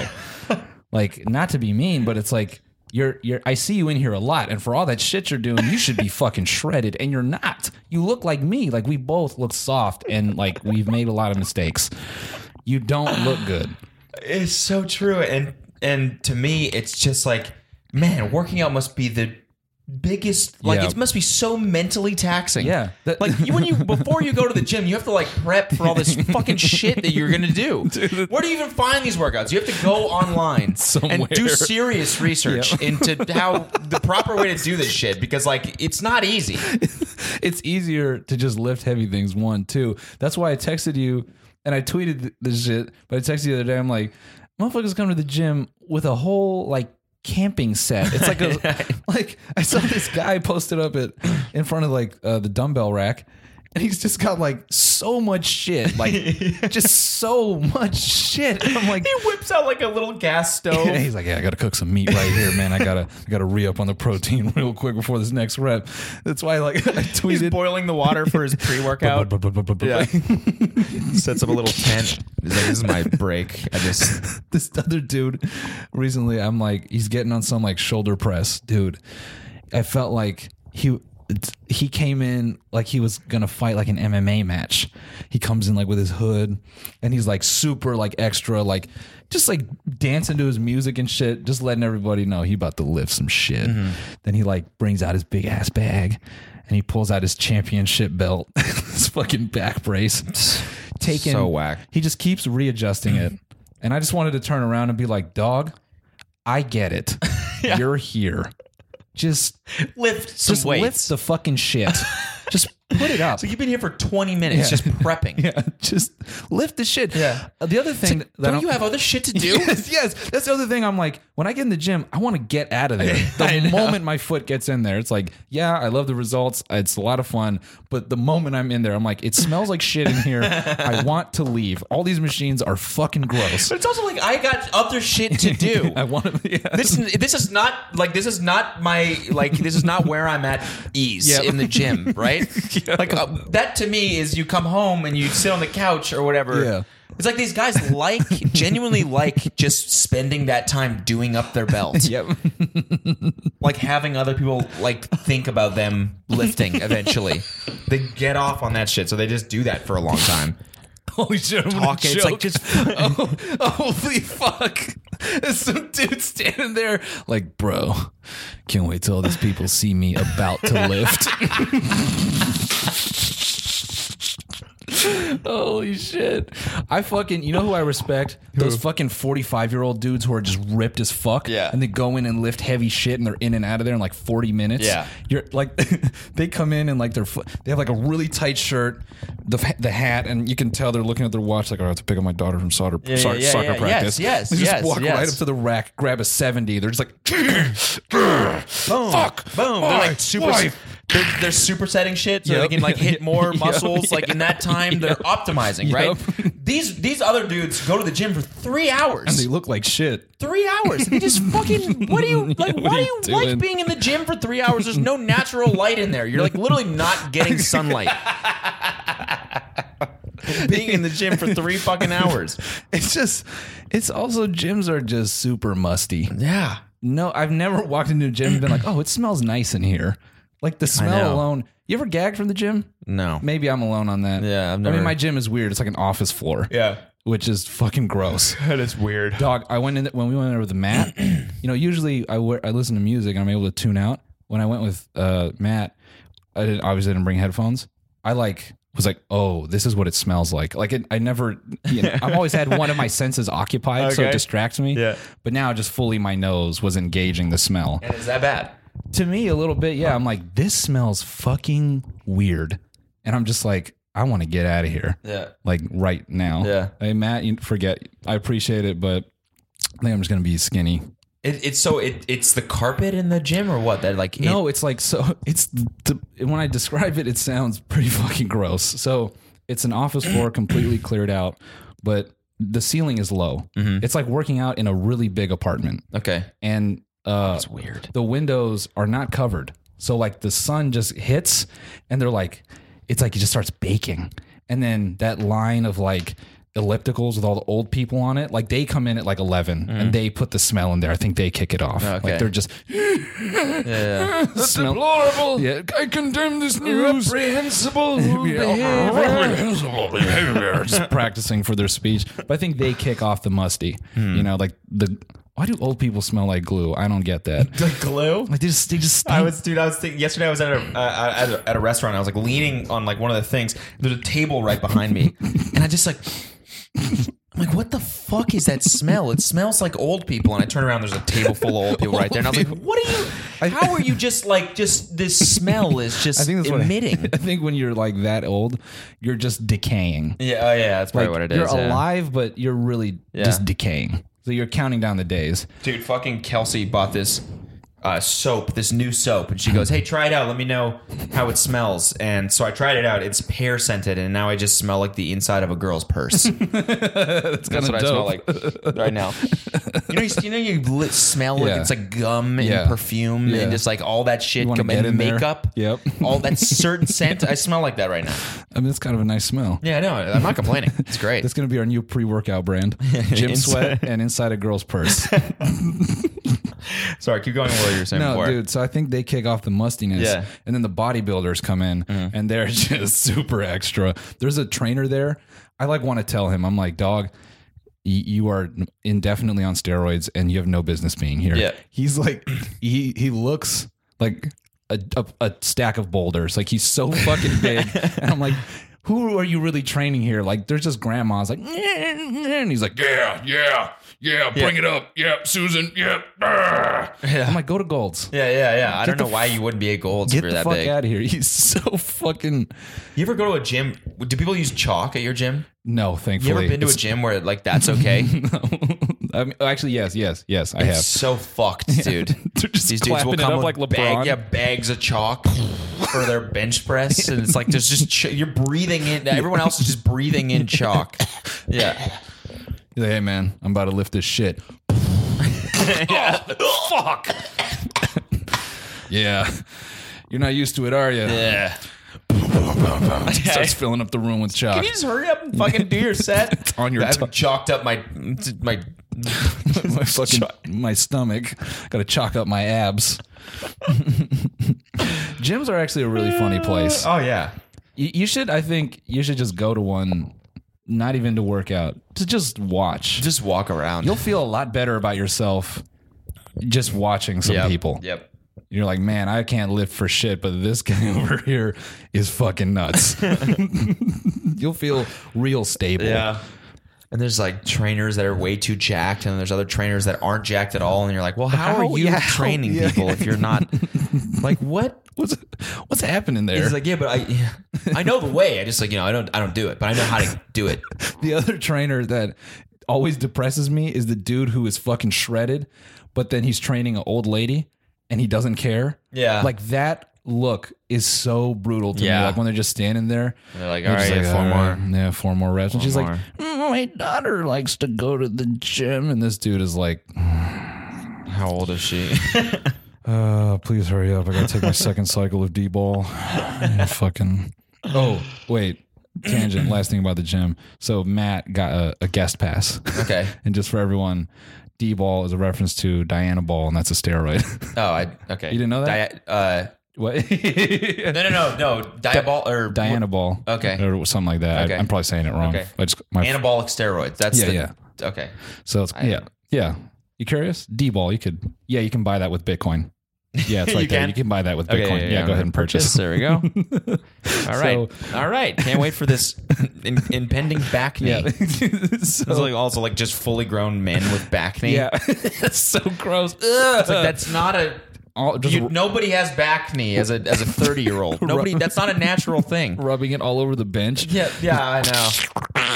S2: like not to be mean, but it's like you're you're I see you in here a lot, and for all that shit you're doing, you should be fucking shredded, and you're not. You look like me. Like we both look soft, and like we've made a lot of mistakes. You don't look good.
S1: It's so true, and and to me, it's just like, man, working out must be the biggest. Like,
S2: Yeah.
S1: it must be so mentally taxing.
S2: Yeah. That-
S1: like you, when you before you go to the gym, you have to like prep for all this fucking shit that you're gonna do. Where do you even find these workouts? You have to go online
S2: Somewhere.
S1: and do serious research into how the proper way to do this shit because like it's not easy.
S2: it's easier to just lift heavy things. One, two. That's why I texted you and I tweeted th- this shit. But I texted you the other day. I'm like, motherfuckers come to the gym with a whole like camping set. It's like a like I saw this guy posted up at in front of like uh, the dumbbell rack. And he's just got like so much shit, like just so much shit. And I'm like,
S1: He whips out like a little gas stove.
S2: and he's like, yeah, I gotta cook some meat right here, man. I gotta, I gotta re up on the protein real quick before this next rep. That's why, like, I
S1: He's
S2: tweeted,
S1: boiling the water for his pre-workout. Yeah. Sets up a little tent. He's like, this is my break. I just
S2: this other dude recently i'm like he's getting on some like shoulder press dude i felt like he he came in like he was gonna fight like an mma match he comes in like with his hood and he's like super like extra like just like dancing to his music and shit just letting everybody know he about to lift some shit then he like brings out his big ass bag and he pulls out his championship belt his fucking back brace taking
S1: So whack. Mm-hmm.
S2: he just keeps readjusting it. And I just wanted to turn around and be like, dog, I get it. You're here. Just,
S1: lift some
S2: just
S1: weights.
S2: lift the fucking shit. just put it up.
S1: You've been here for 20 minutes just prepping.
S2: Yeah, just lift the shit.
S1: Yeah.
S2: Uh, The other thing that I
S1: Don't you have other shit to do?
S2: yes, yes. That's the other thing. I'm like, when I get in the gym, I want to get out of there. The moment my foot gets in there, it's like, yeah, I love the results. It's a lot of fun. But the moment I'm in there, I'm like, it smells like shit in here. I want to leave. All these machines are fucking gross.
S1: But it's also like I got other shit to do.
S2: I want to. Yeah.
S1: This is- this is not like this is not my like this is not where I'm at ease
S2: Yeah.
S1: in the gym, right? Like uh, that to me is you come home and you sit on the couch or whatever.
S2: Yeah.
S1: It's like these guys like genuinely like just spending that time doing up their belt.
S2: Yep.
S1: like having other people like think about them lifting eventually. they get off on that shit, so they just do that for a long time.
S2: Holy shit! I'm
S1: Talk,
S2: Gonna
S1: it's
S2: choke.
S1: like just-
S2: oh, holy fuck! There's some dude standing there, like, bro, can't wait till all these people see me about to lift. Holy shit! I fucking, you know who I respect? Those fucking forty-five-year-old dudes who are just ripped as fuck,
S1: Yeah.
S2: and they go in and lift heavy shit, and they're in and out of there in like forty minutes.
S1: Yeah.
S2: You're like, they come in and like their foot, they have like a really tight shirt, the f- the hat, and you can tell they're looking at their watch like, oh, I have to pick up my daughter from soccer
S1: yeah,
S2: soc-
S1: yeah,
S2: soccer
S1: yeah.
S2: practice.
S1: Yes, yes,
S2: they just
S1: yes,
S2: walk
S1: yes.
S2: right up to the rack, grab a seventy. They're just like,
S1: Boom. Fuck. Boom. they're like super. They're, they're supersetting shit so they
S2: Yep.
S1: can like hit more
S2: Yep.
S1: muscles. Like in that time, they're optimizing,
S2: Yep.
S1: right? These these other dudes go to the gym for three hours.
S2: they look like shit.
S1: three hours. They just fucking. What do you like?
S2: what
S1: why
S2: are
S1: do
S2: you
S1: you
S2: doing?
S1: like being in the gym for three hours? There's no natural light in there. You're like literally not getting sunlight. being in the gym for three fucking hours.
S2: It's just, it's also gyms are just super musty.
S1: Yeah.
S2: No, I've never walked into a gym and been like, oh, it smells nice in here. Like the smell
S1: know.
S2: alone. You ever gagged from the gym?
S1: No.
S2: Maybe I'm alone on that.
S1: Yeah, I've
S2: I
S1: never-
S2: mean, my gym is weird. It's like an office floor.
S1: Yeah.
S2: which is fucking gross.
S1: That is weird.
S2: Dog, I went in when we went in there with Matt. you know, usually I wear, I listen to music and I'm able to tune out. When I went with uh, Matt, I didn't obviously didn't bring headphones. I like was like, oh, this is what it smells like. Like it, I never, you know, I've always had one of my senses occupied, so it
S1: Okay.
S2: distracts me.
S1: Yeah.
S2: But now, just fully, my nose was engaging the smell.
S1: And is that bad?
S2: To me, a little bit, yeah. I'm like, this smells fucking weird, and I'm just like, I want to get out of here
S1: Yeah.
S2: like right now.
S1: Yeah.
S2: Hey Matt, you forget. I appreciate it, but I think I'm just gonna be skinny
S1: It, it's so it it's the carpet in the gym or what that like it-
S2: No, it's like so. It's the, when I describe it, it sounds pretty fucking gross. So it's an office floor completely cleared out, but the ceiling is low. It's like working out in a really big apartment,
S1: okay
S2: and uh,
S1: it's weird
S2: the windows are not covered. So like the sun just hits, and they're like, it's like it just starts baking, and then that line of like ellipticals with all the old people on it, like they come in at like 11 and they put the smell in there. I think they kick it off.
S1: Okay.
S2: Like they're just
S1: yeah
S2: smell.
S3: Deplorable.
S2: Yeah, I condemn this news.
S3: Reprehensible
S2: behavior.
S3: Reprehensible behavior.
S2: Just practicing for their speech, but I think they kick off the musty. You know, like the why do old people smell like glue? I don't get that.
S1: the glue
S2: Like they just they just
S1: I
S2: stink.
S1: was, dude. I was thinking yesterday. I was at a, uh, at a at a restaurant. I was like leaning on like one of the things. There's a table right behind me, and I just like, I'm like, what the fuck is that smell? It smells like old people. And I turn around. There's a table full of old people right there. And I was like, what are you? How are you just like just this smell is just
S2: I think that's what I-
S1: emitting?
S2: I think when you're like that old, you're just decaying.
S1: yeah, oh yeah, that's probably
S2: Like,
S1: what it is.
S2: You're
S1: yeah.
S2: alive, but you're really
S1: Yeah.
S2: just decaying. So you're counting down the days.
S1: dude. Fucking Kelsey bought this. Uh, soap, this new soap, and she goes, "Hey, try it out. Let me know how it smells." And so I tried it out. It's pear scented, and now I just smell like the inside of a girl's purse.
S2: That's kind
S1: That's what I smell like right now. You know, you, you know, you li- smell like
S2: Yeah.
S1: it's like gum and
S2: Yeah.
S1: perfume
S2: Yeah.
S1: and just like all that shit.
S2: wanna
S1: Come
S2: get
S1: and
S2: in there?
S1: makeup.
S2: Yep.
S1: all that certain scent. I smell like that right now.
S2: I mean, it's kind of a nice smell.
S1: Yeah, I know. I'm not complaining. It's great.
S2: That's going to be our new pre-workout brand: gym sweat and inside a girl's purse.
S1: Sorry, keep going with what you were saying
S2: No,
S1: before.
S2: dude. So I think they kick off the mustiness,
S1: Yeah. Mm-hmm.
S2: and then the bodybuilders come in, and they're just super extra. There's a trainer there. I like want to tell him, I'm like, dog, y- you are indefinitely on steroids, and you have no business being here.
S1: Yeah.
S2: He's like, he he looks like a, a, a stack of boulders. Like he's so fucking big, and I'm like. Who are you really training here? Like, there's just grandmas. Like, and he's like,
S3: Yeah, yeah, yeah. Bring it up. Yep, Susan. Yep. Arr.
S2: ah." I'm like, go to Golds.
S1: Yeah, yeah, yeah. I don't know why you wouldn't be at Gold's if
S2: Get
S1: you're
S2: the
S1: that
S2: fuck
S1: big.
S2: out of here. He's so fucking.
S1: You ever go to a gym? Do people use chalk at your gym?
S2: No,
S1: You
S2: thankfully.
S1: ever been to a gym where like that's okay?
S2: It's- I mean, actually, yes, yes, yes, I
S1: It's
S2: have.
S1: so fucked, dude.
S2: They're just
S1: These dudes will
S2: clapping it
S1: come
S2: up
S1: with
S2: like LeBron.
S1: bag, yeah, bags of chalk for their bench press, and it's like there's just ch- you're breathing in. Everyone else is just breathing in chalk. Yeah,
S2: He's like, hey, man, I'm about to lift this shit.
S3: Fuck.
S2: Yeah. You're not used to it, are you?
S1: yeah.
S2: Starts filling up the room with chalk.
S1: Can you just hurry up and fucking do your set?
S2: on your
S1: I've
S2: tongue.
S1: chalked up my my.
S2: my fucking my stomach. Got to chalk up my abs. Gyms are actually a really funny place.
S1: Oh yeah,
S2: You, you should, I think, you should just go to one. Not even to work out, to just watch.
S1: just walk around.
S2: You'll feel a lot better about yourself just watching some
S1: yep.
S2: people.
S1: Yep.
S2: You're like, man, I can't lift for shit, but this guy over here is fucking nuts. You'll feel real stable.
S1: And there's like trainers that are way too jacked, and there's other trainers that aren't jacked at all. And you're like, well, how,
S2: How?
S1: are you
S2: Yeah, how?
S1: training
S2: Yeah.
S1: people if you're not like what?
S2: What's what's happening there?
S1: He's like, yeah, but I, yeah. I know the way. I just like, you know, I don't, I don't do it, but I know how to do it.
S2: the other trainer that always depresses me is the dude who is fucking shredded, but then he's training an old lady and he doesn't care.
S1: Yeah.
S2: Like that look is so brutal to me.
S1: Yeah.
S2: Like when they're just standing there.
S1: And they're like, all
S2: They're
S1: right,
S2: just
S1: yeah, four
S2: "All
S1: more.
S2: right, Yeah, four more reps. and she's
S1: more.
S2: like, "Mm, my daughter likes to go to the gym. And this dude is like,
S1: How old is she?
S2: uh, please hurry up. I got to take my second cycle of D ball. Fucking. Oh, wait. Tangent. Last thing about the gym. So Matt got a, a guest pass.
S1: okay.
S2: And just for everyone, D ball is a reference to Diana Ball, and that's a steroid.
S1: Oh, I okay.
S2: You didn't know that?
S1: Di- uh,
S2: what?
S1: no, no, no, no. Diabol or
S2: Diana Ball.
S1: Okay.
S2: Or something like that.
S1: Okay.
S2: I, am probably saying it wrong.
S1: Okay.
S2: I just my
S1: anabolic steroids. That's
S2: Yeah,
S1: the,
S2: yeah.
S1: Okay.
S2: so it's yeah yeah. You curious? D ball. You could yeah. You can buy that with Bitcoin. Yeah, it's right
S1: You
S2: there.
S1: can?
S2: You can buy that with Bitcoin.
S1: Okay,
S2: yeah, go ahead and purchase.
S1: There we go. All right,
S2: So-
S1: all right. Can't wait for this in, impending back knee. It's
S2: so,
S1: like also like just fully grown men with back knee.
S2: yeah, that's so gross.
S1: It's like that's not a.
S2: All, just
S1: You, nobody has back knee as a as a thirty year old. Nobody. That's not a natural thing.
S2: rubbing it all over the bench.
S1: Yeah, yeah, I know.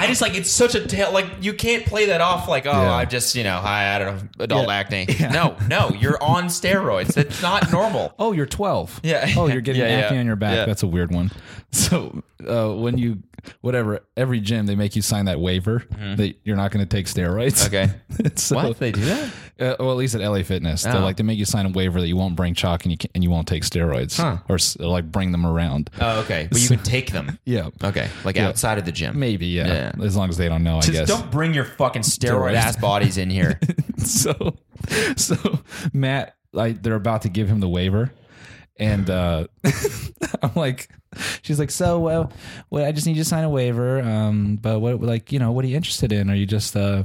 S1: I just like it's such a tale. Like you can't play that off. Like oh,
S2: Yeah.
S1: I just you know I, I don't know adult
S2: Yeah.
S1: acne.
S2: Yeah.
S1: No, no, you're on steroids. That's not normal.
S2: Oh, you're 12.
S1: Yeah.
S2: Oh, you're getting
S1: Yeah, yeah.
S2: acne on your back.
S1: Yeah.
S2: That's a weird one. So uh, when you, whatever, every gym they make you sign that waiver that you're not going to take steroids.
S1: Mm-hmm. Okay.
S2: so,
S1: They do that?
S2: Uh, well, at least at LA Fitness, they
S1: Oh.
S2: they like they make you sign a waiver that you won't bring chalk and you can, and you won't take steroids
S1: Huh.
S2: or s- or, like bring them around.
S1: Oh, okay. But you can take them.
S2: yeah.
S1: Okay, like outside of the gym.
S2: Maybe. Yeah.
S1: Yeah.
S2: As long as they don't know, I
S1: Just
S2: guess.
S1: don't bring your fucking steroid
S2: Steroids.
S1: ass bodies in here.
S2: so so Matt like they're about to give him the waiver and uh I'm like she's like so well what I just need you to sign a waiver um but what like you know what are you interested in are you just uh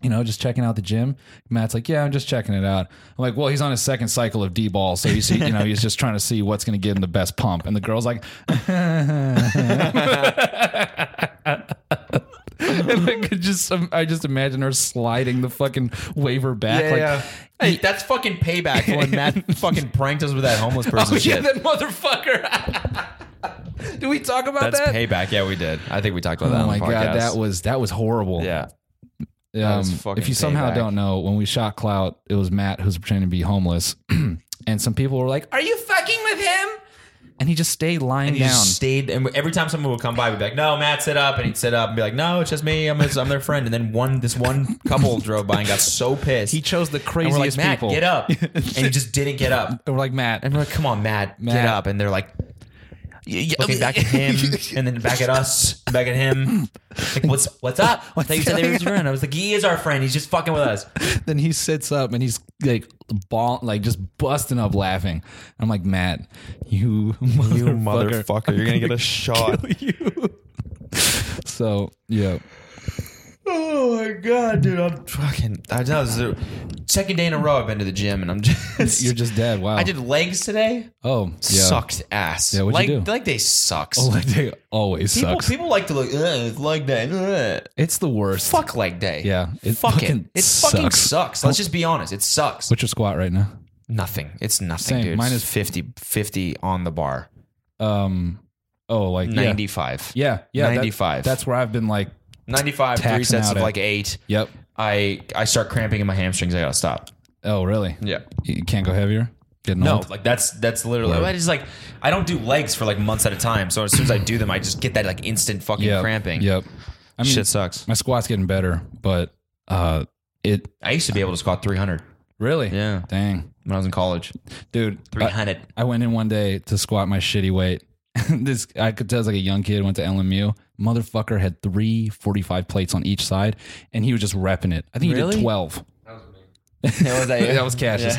S2: you know, just checking out the gym. Matt's like, yeah, I'm just checking it out. I'm like, well, he's on his second cycle of D ball, so he's you know he's just trying to see what's going to give him the best pump. And the girl's like, and I could just um, I just imagine her sliding the fucking waiver back, like,
S1: Hey, that's fucking payback for when Matt fucking pranked us with that homeless person
S2: Oh yeah,
S1: shit.
S2: that motherfucker. Do we talk about
S1: that's
S2: that?
S1: payback. Yeah, we did. I think we talked about that.
S2: Oh
S1: on
S2: my
S1: the
S2: god,
S1: podcast.
S2: that was that was horrible.
S1: yeah.
S2: Um,
S1: was fucking
S2: if you somehow
S1: payback.
S2: don't know, when we shot Clout, it was Matt who's pretending to be homeless, and some people were like, "Are you fucking with him?" And he just stayed lying
S1: He
S2: down.
S1: just stayed, and every time someone would come by, we'd be like, "No, Matt, sit up," and he'd sit up and be like, "No, it's just me. I'm, his, I'm their friend." And then one, this one couple drove by and got so pissed.
S2: he chose the
S1: and
S2: craziest
S1: we're like, "Matt,
S2: people.
S1: get up!" and he just didn't get up.
S2: And we're like, Matt,
S1: And we're like, "Come on, Matt, get
S2: Matt.
S1: up!" And they're like, looking back at him, and then back at us, back at him. Like, what's what's up? I thought you said they were your friend. I was like, "He is our friend. He's just fucking with us."
S2: then he sits up and he's like ball like just busting up laughing. I'm like, Matt, you motherfucker. You
S5: motherfucker, you're gonna get a shot.
S2: you. so yeah.
S1: Oh my god, dude! I'm fucking. I know this is the second day in a row I've been to the gym, and I'm just.
S2: You're just oh. dead. Wow.
S1: I did legs today.
S2: Oh, yeah.
S1: Sucked ass.
S2: Yeah, what'd
S1: like,
S2: you do?
S1: Like they sucks.
S2: Oh, like they always
S1: people,
S2: sucks.
S1: people like to look. Ugh, it's leg day. Ugh.
S2: it's the worst.
S1: Fuck leg day.
S2: Yeah,
S1: It
S2: it
S1: fuck it.
S2: fucking
S1: It fucking
S2: sucks.
S1: sucks. Let's just be honest. It sucks.
S2: What's your squat right now?
S1: nothing. It's nothing,
S2: Same.
S1: dude.
S2: Mine
S1: It's
S2: is-
S1: 50, 50 on the bar.
S2: Um. Oh, like yeah.
S1: 95.
S2: Yeah, yeah. that-
S1: 95.
S2: that's where I've been. Like,
S1: 95, three
S2: Taxing
S1: sets
S2: out
S1: of
S2: at-
S1: like eight.
S2: yep.
S1: I, I start cramping in my hamstrings. I gotta stop.
S2: Oh, really?
S1: Yeah.
S2: You can't go heavier. Getting
S1: No,
S2: old.
S1: like that's that's literally.
S2: Word.
S1: I just like I don't do legs for like months at a time. So as soon as I do them, I just get that like instant fucking
S2: Yep.
S1: cramping.
S2: Yep. I mean,
S1: Shit sucks.
S2: my squat's getting better, but uh, it
S1: I used to be able to squat 300
S2: really.
S1: Yeah.
S2: Dang,
S1: when I was in college.
S2: Uh, dude. I-
S1: 300.
S2: I went in one day to squat my shitty weight. this I could tell as like a young kid went to LMU. Motherfucker had three 45 plates on each side, and he was just repping it. I think he
S1: Really?
S2: did twelve.
S4: That was me.
S2: that was Cassius.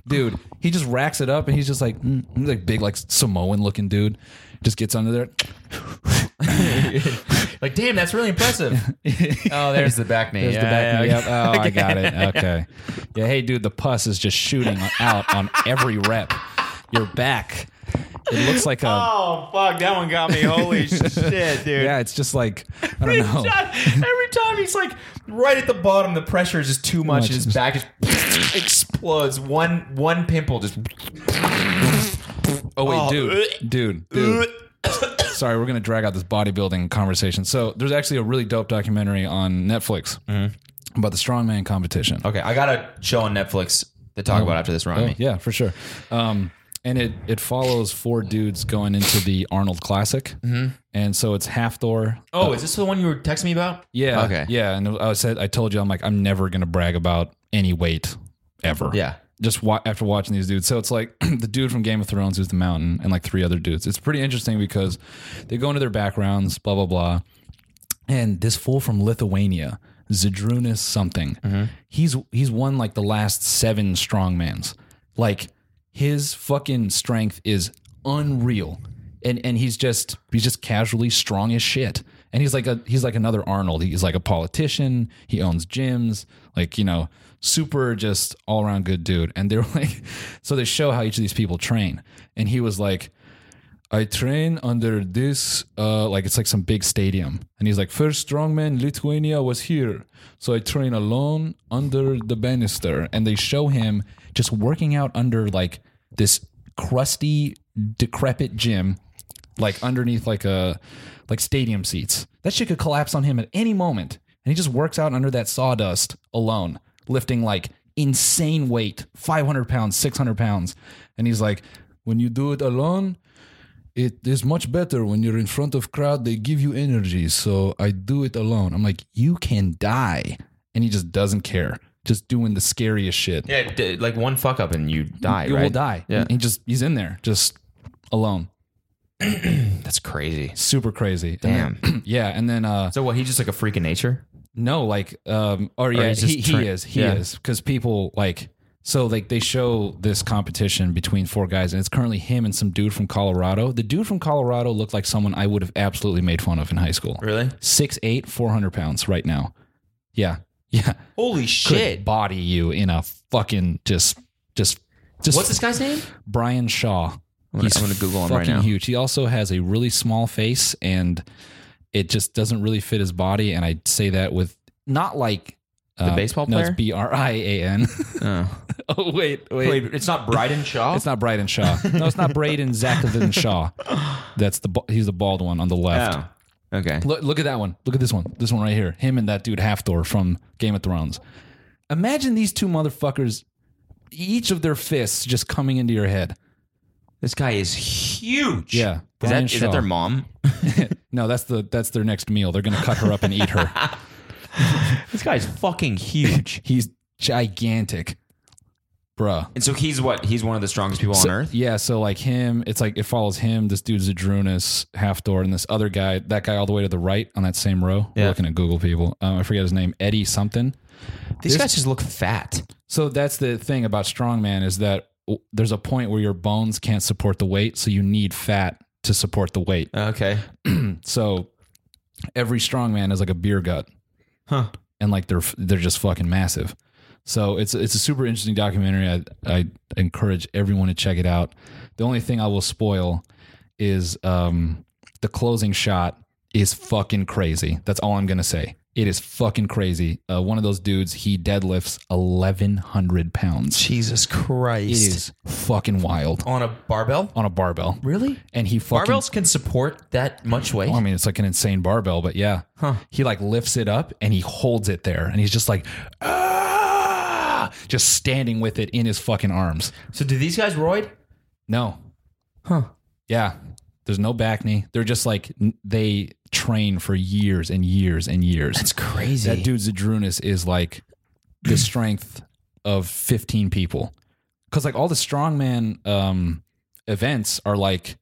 S2: dude, he just racks it up and he's just like, mm, he's like big, like Samoan looking dude. Just gets under there.
S1: like, damn, that's really impressive. oh, there's the back knee.
S2: There's the back knee
S1: yeah,
S2: up. Oh, I got it. Okay. Yeah. Hey, dude, the pus is just shooting out on every rep. Your back. It looks like a.
S1: Oh fuck, that one got me. Holy shit, dude.
S2: Yeah, it's just like I don't know.
S1: Every time he's like right at the bottom, the pressure is just too much, and his back just explodes. One one pimple just
S2: Oh wait, dude, dude, dude. Sorry, we're gonna drag out this bodybuilding conversation. So there's actually a really dope documentary on Netflix about the strongman competition.
S1: Mm-hmm. Okay, I got a show on Netflix to talk about after this, Rami.
S2: Oh. Yeah, for sure. Um, and it it follows four dudes going into the Arnold Classic,
S1: Mm-hmm.
S2: and so it's half door.
S1: Oh, is this the one you were texting me about?
S2: Yeah,
S1: Okay.
S2: yeah. And I said I told you I'm like I'm never gonna brag about any weight ever.
S1: Yeah.
S2: just wa- after watching these dudes. So it's like the dude from Game of Thrones who's the mountain and like three other dudes. It's pretty interesting because they go into their backgrounds, blah, blah, blah. And this fool from Lithuania, Zadrunas something, he's he's won like the last seven strongmans. Like his fucking strength is unreal. And and he's just he's just casually strong as shit. And he's like a he's like another Arnold. He's like a politician. He owns gyms. Like, you know, super just all around good dude. And they were like so they show how each of these people train. And he was like, I train under this, uh, like it's like some big stadium. And he's like, first strongman Lithuania was here. So I train alone under the banister. And they show him just working out under like this crusty, decrepit gym like underneath like a like stadium seats. That shit could collapse on him at any moment, and he just works out under that sawdust alone, lifting like insane weight, five hundred pounds, six hundred pounds, and he's like, when you do it alone. It is much better when you're in front of crowd. They give you energy. So I do it alone. I'm like, you can die, and he just doesn't care. Just doing the scariest shit
S1: Yeah, d- like one fuck up and you die,
S2: you
S1: right?
S2: will die.
S1: Yeah.
S2: He just he's in there just alone.
S1: That's crazy.
S2: Super crazy. And
S1: Damn.
S2: then- yeah, and then uh
S1: So what? He's just like a freak of nature.
S2: no, like um or yeah,
S1: he's just
S2: he,
S1: tra-
S2: he is. He
S1: yeah.
S2: is cuz people like so like they show this competition between four guys and it's currently him and some dude from Colorado. The dude from Colorado looked like someone I would have absolutely made fun of in high school.
S1: Really?
S2: Six eight, four hundred pounds right now. Yeah. Yeah.
S1: Holy
S2: Could
S1: shit!
S2: body you in a fucking just just just
S1: What's this guy's name?
S2: Brian Shaw.
S1: gonna- I'm gonna Google him right
S2: fucking
S1: now.
S2: Huge. He also has a really small face, and it just doesn't really fit his body. And I say that with not like the
S1: baseball
S2: No,
S1: player?
S2: it's B R I A N.
S1: Oh.
S2: Oh wait, wait.
S1: Wait, it's not Bryden Shaw.
S2: It's not Braden Shaw. No, it's not Braden Zachovin Shaw. That's the ba- he's the bald one on the left.
S1: Oh. Okay.
S2: Look, look at that one. Look at this one. This one right here. Him and that dude Halfdoor from Game of Thrones. Imagine these two motherfuckers, each of their fists just coming into your head.
S1: This guy is huge.
S2: Yeah.
S1: Is that,
S2: Brian
S1: is that
S2: Shaw.
S1: their mom?
S2: No, that's the that's their next meal. They're gonna cut her up and eat her.
S1: This guy's fucking huge.
S2: He's gigantic, bruh.
S1: and so he's what? He's one of the strongest people on earth.
S2: Yeah, so like him, it's like it follows him. This dude's Zadrunas, Halfdoor, and this other guy, that guy all the way to the right on that same row. We're
S1: Yeah.
S2: looking at Google people. Um, I forget his name, Eddie something.
S1: These guys just look fat.
S2: So that's the thing about strongman is that w- there's a point where your bones can't support the weight, so you need fat to support the weight.
S1: Okay.
S2: So every strongman is like a beer gut,
S1: Huh.
S2: And like they're they're just fucking massive. So it's it's a super interesting documentary. I I encourage everyone to check it out. The only thing I will spoil is um the closing shot is fucking crazy. That's all I'm gonna say. It is fucking crazy. Uh, one of those dudes he deadlifts 1,100 pounds.
S1: Jesus Christ.
S2: It is fucking wild
S1: on a barbell.
S2: on a barbell,
S1: Really?
S2: and he fucking
S1: Barbells can support that much weight.
S2: Well, I mean, it's like an insane barbell, but yeah. He like lifts it up and he holds it there and he's just like, ah, just standing with it in his fucking arms.
S1: So do these guys roid?
S2: No. Huh. Yeah. There's no back knee. They're just like, n- they train for years and years and years.
S1: It's crazy.
S2: that dude Zadrunas is like the strength of 15 people. Cause like all the strongman um, events are like,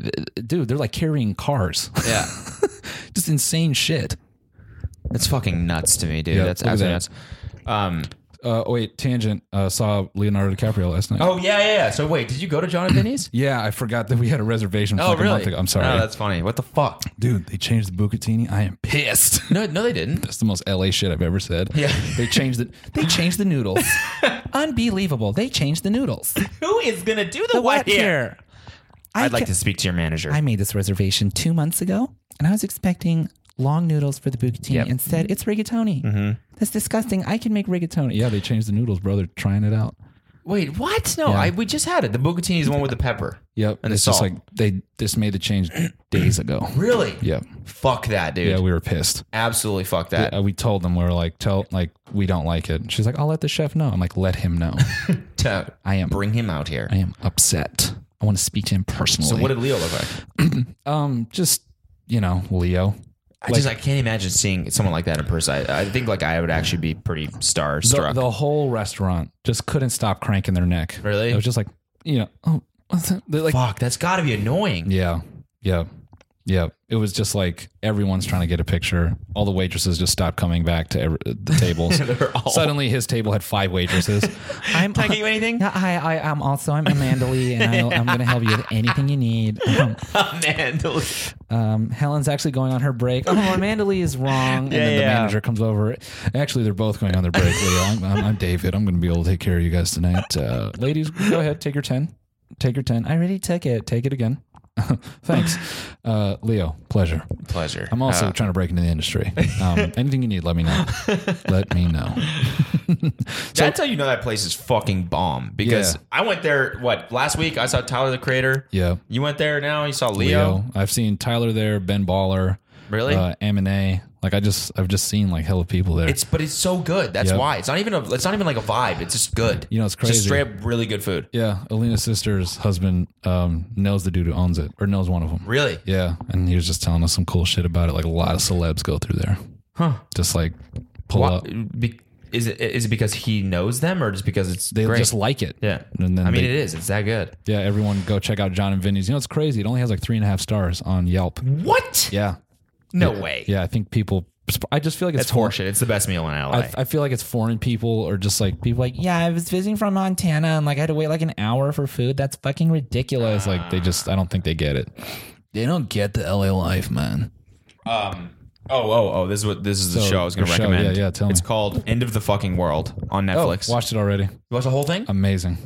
S2: th- dude, they're like carrying cars.
S1: Yeah.
S2: just insane shit.
S1: That's fucking nuts to me, dude.
S2: Yeah,
S1: That's
S2: look at
S1: absolutely nuts.
S2: that.
S1: Um,
S2: Uh, oh, wait, tangent. Uh, saw Leonardo DiCaprio last night.
S1: oh yeah, yeah, yeah. So wait, did you go to John and Denny's?
S2: Yeah, I forgot that we had a reservation.
S1: oh
S2: like a month
S1: really?
S2: ago. I'm sorry,
S1: Oh, that's funny. What the fuck?
S2: dude. They changed the bucatini. I am pissed.
S1: No, no, they didn't.
S2: that's the most LA shit I've ever said.
S1: Yeah.
S2: they changed the they changed the noodles. Unbelievable. They changed the noodles.
S1: Who is gonna do the, what
S2: here? I
S1: I'd like to speak to your manager.
S6: I made this reservation two months ago, and I was expecting long noodles for the bucatini. Instead, it's rigatoni.
S1: Mm-hmm.
S6: That's disgusting. I can make rigatoni.
S2: yeah, they changed the noodles, bro. They're trying it out.
S1: Wait, what? No, I, we just had it. The bucatini is the one with the pepper.
S2: Yep,
S1: And
S2: it's
S1: the
S2: just
S1: salt.
S2: like they just made the change days ago.
S1: Really?
S2: Yep.
S1: Fuck that, dude.
S2: Yeah, we were pissed.
S1: Absolutely fuck that.
S2: Uh, we told them we were like, tell like we don't like it. She's like, I'll let the chef know. I'm like, let him know.
S1: To
S2: I am
S1: bring him out here.
S2: I am upset. I want to speak to him personally.
S1: So what did Leo look like?
S2: um, just you know, Leo.
S1: I just I can't imagine seeing someone like that in person. I, I think like I would actually be pretty
S2: The,
S1: starstruck.
S2: the whole restaurant just couldn't stop cranking their neck.
S1: Really?
S2: It was just like, you know, oh, what's that? They're like,
S1: fuck, that's got to be annoying.
S2: yeah, yeah, yeah. It was just like everyone's trying to get a picture. All the waitresses just stopped coming back to every, the tables.
S1: They're all-
S2: Suddenly, his table had five waitresses.
S6: I'm,
S1: Can I get you anything?
S6: Yeah, hi, I am also I'm Amanda Lee, and I'll, I'm going to help you with anything you need. Um,
S1: Oh, Man,
S6: um, Helen's actually going on her break. Oh, Amanda Lee is wrong, and
S1: Yeah,
S6: then the
S1: yeah.
S6: manager.
S2: manager comes over. Actually, they're both going on their break. Leo. I'm, I'm, I'm David. I'm going to be able to take care of you guys tonight. Uh, ladies, go ahead. Take your 10. Take your 10.
S6: I already took it.
S2: Take it again. Thanks, uh, Leo. Pleasure.
S1: Pleasure. Uh,
S2: I'm also trying to break into the industry. Um, anything you need, let me know. let me know.
S1: That's how you know that place is fucking bomb. Because
S2: Yeah.
S1: I went there what last week. I saw Tyler the Creator.
S2: Yeah,
S1: You went there now. You saw Leo.
S2: Leo. I've seen Tyler there, Ben Baller,
S1: Really?
S2: uh, M and A. Like I just, I've just seen like hella people there.
S1: It's but it's so good. That's
S2: Yep.
S1: why it's not even a, it's not even like a vibe. It's just good.
S2: You know, it's
S1: Just
S2: crazy.
S1: straight up really good food.
S2: yeah, Alina's sister's husband um, knows the dude who owns it, or knows one of them.
S1: Really.
S2: Yeah, and he was just telling us some cool shit about it. Like a lot of celebs go through there. Huh? Just like pull
S1: Why-
S2: up.
S1: Mm, be- is it is it because he knows them or just because it's
S2: They
S1: great?
S2: just like it.
S1: yeah.
S2: And then
S1: I mean,
S2: they-
S1: it is. It's that good.
S2: Yeah, everyone go check out John and Vinny's. You know, it's crazy. It only has like three and a half stars on Yelp.
S1: Mm-hmm. What?
S2: Yeah.
S1: No way.
S2: Yeah, I think people. I just feel like it's
S1: It's horseshit. It's the best meal in LA.
S2: I, I feel like it's foreign people or just like people like
S6: Yeah, I was visiting from Montana and like I had to wait like an hour for food. That's fucking ridiculous.
S2: It's like they just. I don't think they get it. They don't get the LA life, man.
S1: oh, oh, oh! This is what this is the
S2: So,
S1: show I was going
S2: the
S1: to
S2: show,
S1: recommend.
S2: yeah, yeah, tell
S1: it's
S2: me. Oh,
S1: called End of the Fucking World on Netflix.
S2: Watched it already.
S1: you watch the whole thing?
S2: Amazing.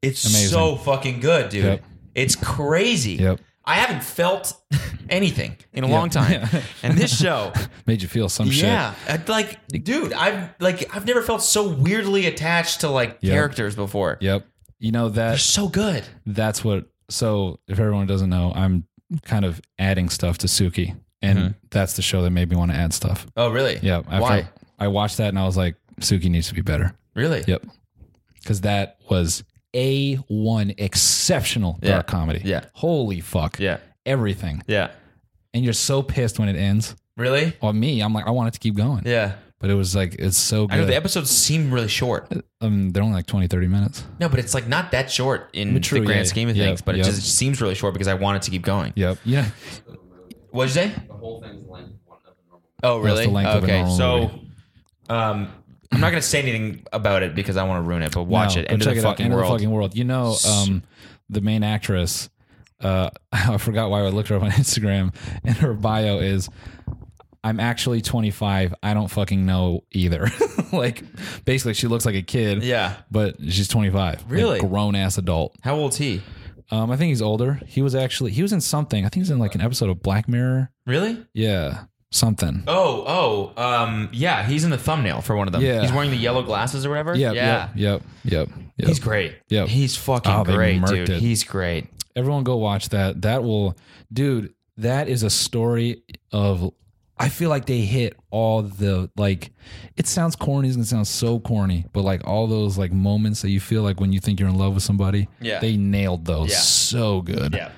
S1: It's
S2: Amazing.
S1: so fucking good, dude.
S2: Yep.
S1: It's crazy.
S2: Yep.
S1: I haven't felt anything in a long time. And this show,
S2: Made you feel some
S1: yeah, I'd like, dude, I've like I've never felt so weirdly attached to like
S2: Yep.
S1: characters before.
S2: shit. Yep. You know
S1: They're
S2: that.
S1: so good.
S2: That's what. So if everyone doesn't know, I'm kind of adding stuff to Suki, and that's the show that made me want to add stuff.
S1: Oh, really?
S2: Yeah. after
S1: Mm-hmm. Why?
S2: I watched that and I was like, Suki needs to be better.
S1: Really?
S2: Yep. Because that was a one exceptional
S1: Yeah.
S2: dark comedy.
S1: Yeah.
S2: Holy fuck.
S1: Yeah.
S2: Everything.
S1: Yeah.
S2: And you're so pissed when it ends.
S1: Really?
S2: Well, me, I'm like, I want it to keep going.
S1: Yeah.
S2: But it was like, it's so
S1: I know
S2: good.
S1: the episodes seem really short.
S2: um, they're only like 20, 30 minutes.
S1: No, but it's like not that short in
S2: True,
S1: the grand
S2: yeah,
S1: scheme of
S2: yeah,
S1: things, but
S2: yeah.
S1: it just seems really short because I want it to keep going.
S2: Yep. Yeah.
S1: What'd you say?
S4: The whole thing's length of one of a normal.
S1: Oh,
S2: That's
S1: really?
S2: the length of a
S1: okay,
S2: normal
S1: so
S2: movie.
S1: um, I'm not gonna say anything about it because I want to ruin it. But watch
S2: No,
S1: it.
S2: go
S1: End of
S2: check
S1: the
S2: it out.
S1: fucking
S2: End of
S1: world.
S2: the fucking world. You know, um, the main actress, uh, I forgot why I looked her up on Instagram, and her bio is, "I'm actually 25. I don't fucking know either." like, basically, she looks like a kid.
S1: Yeah.
S2: but she's 25.
S1: Really?
S2: grown ass adult.
S1: How old's he?
S2: Um, I think he's older. He was actually he was in something. I think he's in like an episode of Black Mirror.
S1: Really?
S2: Yeah, something.
S1: Oh, oh, um, yeah. He's in the thumbnail for one of them.
S2: Yeah.
S1: He's wearing the yellow glasses or whatever.
S2: Yep,
S1: yeah.
S2: yep, yep, yep, yep.
S1: He's great.
S2: Yep.
S1: He's fucking
S2: Oh, they
S1: great,
S2: murked
S1: dude.
S2: it.
S1: He's great.
S2: Everyone go watch that. That will, dude. That is a story of. I feel like they hit all the like. It sounds corny. It's gonna sound so corny, but like all those like moments that you feel like when you think you're in love with somebody.
S1: Yeah.
S2: They nailed those
S1: Yeah.
S2: so good.
S1: Yeah.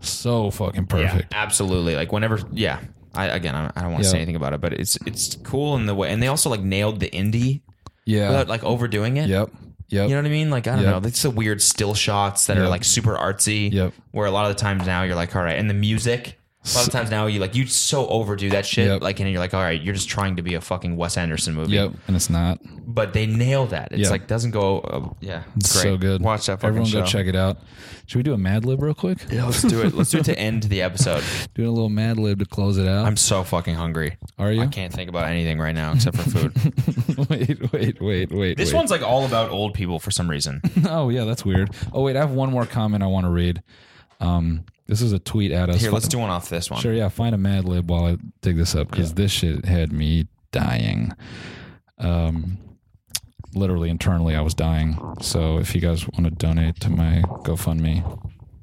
S2: So fucking
S1: Yeah,
S2: perfect.
S1: absolutely. Like whenever, yeah. I again, I, I don't want to
S2: Yeah.
S1: say anything about it, but it's it's cool in the way, and they also like nailed the indie
S2: Yeah.
S1: without like overdoing it.
S2: yep. Yep.
S1: You know what I mean? Like I don't
S2: Yep.
S1: know. It's the weird still shots that are
S2: Yep.
S1: like super artsy.
S2: Yep.
S1: Where a lot of the times now you're like, all right, and the music. A lot of times now you like you so overdo that shit.
S2: Yep.
S1: Like and you're like, all right, you're just trying to be a fucking Wes Anderson movie.
S2: Yep. And it's not.
S1: But they nail that. It's
S2: Yeah.
S1: like doesn't go. Uh, yeah.
S2: It's so good.
S1: Watch that fucking
S2: Everyone
S1: show.
S2: go check it out. Should we do a Mad Lib real quick?
S1: Yeah, let's do it. Let's do it to end the episode.
S2: Doing a little Mad Lib to close it out.
S1: I'm so fucking hungry.
S2: Are you?
S1: I can't think about anything right now except for food.
S2: wait, wait, wait, wait.
S1: This
S2: wait.
S1: one's like all about old people for some reason.
S2: Oh yeah, that's weird. Oh wait, I have one more comment I want to read. Um, this is a tweet at us.
S1: Here, let's do one off this one.
S2: Sure, yeah. Find a Mad Lib while I dig this up because this shit had me dying. Um, literally internally, I was dying. So if you guys want to donate to my GoFundMe,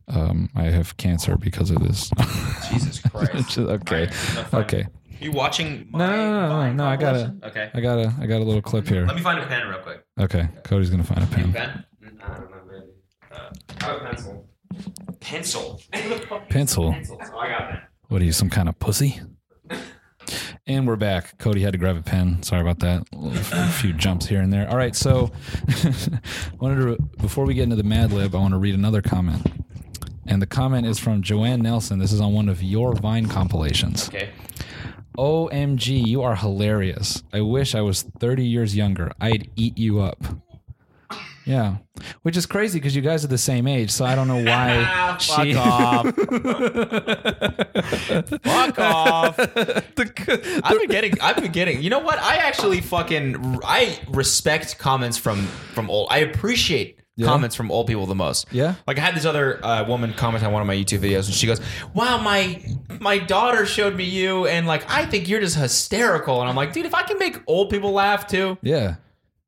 S2: um, I have cancer because of this.
S1: Jesus Christ.
S2: okay, okay.
S1: You watching? My
S2: No, no, no, no, no. I got a,
S1: Okay.
S2: I got a, I got a little clip here.
S1: Let me find a pen real quick.
S2: Okay, Cody's gonna find a pen.
S1: Pen?
S4: Mm, I don't know, maybe. Uh, I have a pencil.
S1: Pencil.
S2: Pencil.
S4: Pencil. So I got that.
S2: What are you, some kind of pussy? And we're back. Cody had to grab a pen. Sorry about that. A few jumps here and there. All right. So, wanted to before we get into the Mad Lib, I want to read another comment. And the comment is from Joanne Nelson. This is on one of your Vine compilations.
S1: Okay.
S2: OMG, you are hilarious. I wish I was 30 years younger. I'd eat you up. Yeah. Which is crazy because you guys are the same age. So I don't know
S1: Ah,
S2: why she.
S1: off. Fuck off. I've been getting. I've been getting. You know what? I actually fucking. I respect comments from from old. I appreciate comments from old people the most.
S2: Yeah.
S1: Like I had this other uh, woman comment on one of my YouTube videos, and she goes, "Wow, my my daughter showed me you, and like I think you're just hysterical." And I'm like, dude, if I can make old people laugh too,
S2: Yeah.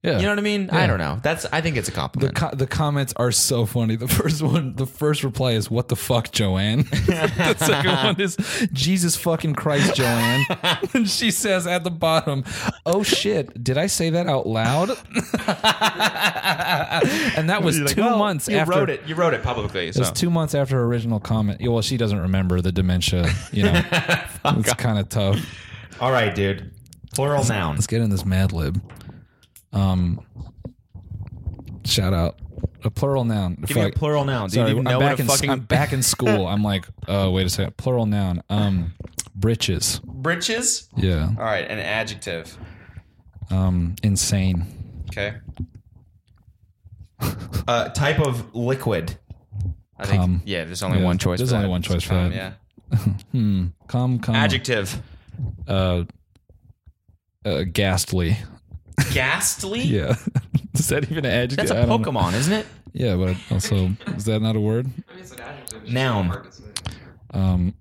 S2: Yeah.
S1: you know what I mean? I don't know. That's I think it's a
S2: the,
S1: compliment.
S2: co- the comments are so funny. The first one, the first reply is, What the fuck, Joanne? the second one is, Jesus fucking Christ, Joanne. and she says at the bottom, Oh shit, did I say that out loud? and that was
S1: You're like,
S2: two
S1: well,
S2: months
S1: you
S2: after.
S1: wrote it. You wrote it publicly.
S2: It
S1: So
S2: was two months after her original comment. Yeah, Well, she doesn't remember the dementia. You know, it's kind of tough.
S1: all right, dude. Plural noun.
S2: Let's get in this Mad Lib. Um, shout out a plural noun.
S1: Give me a
S2: Fuck.
S1: plural noun. Do you
S2: Sorry,
S1: even
S2: I'm
S1: know
S2: back
S1: what a
S2: in
S1: fucking
S2: I'm back in school. I'm like, uh, wait a second. Plural noun. Um, britches.
S1: britches?
S2: Yeah.
S1: All right, an adjective.
S2: Um, insane.
S1: Okay. Uh, type of liquid. I think.
S2: Cum.
S1: yeah, there's only
S2: Yeah,
S1: one choice.
S2: there's
S1: for
S2: only
S1: that.
S2: one choice for Mm.
S1: Cum,
S2: that.
S1: Yeah.
S2: Come, come.
S1: Adjective.
S2: Uh, uh, ghastly.
S1: Ghastly.
S2: Yeah. Is that even an adjective?
S1: That's
S2: I
S1: a
S2: don't-
S1: Pokemon, isn't it?
S2: Yeah, but also is that not a word?
S4: I mean, it's an adjective.
S1: Noun.
S2: Um,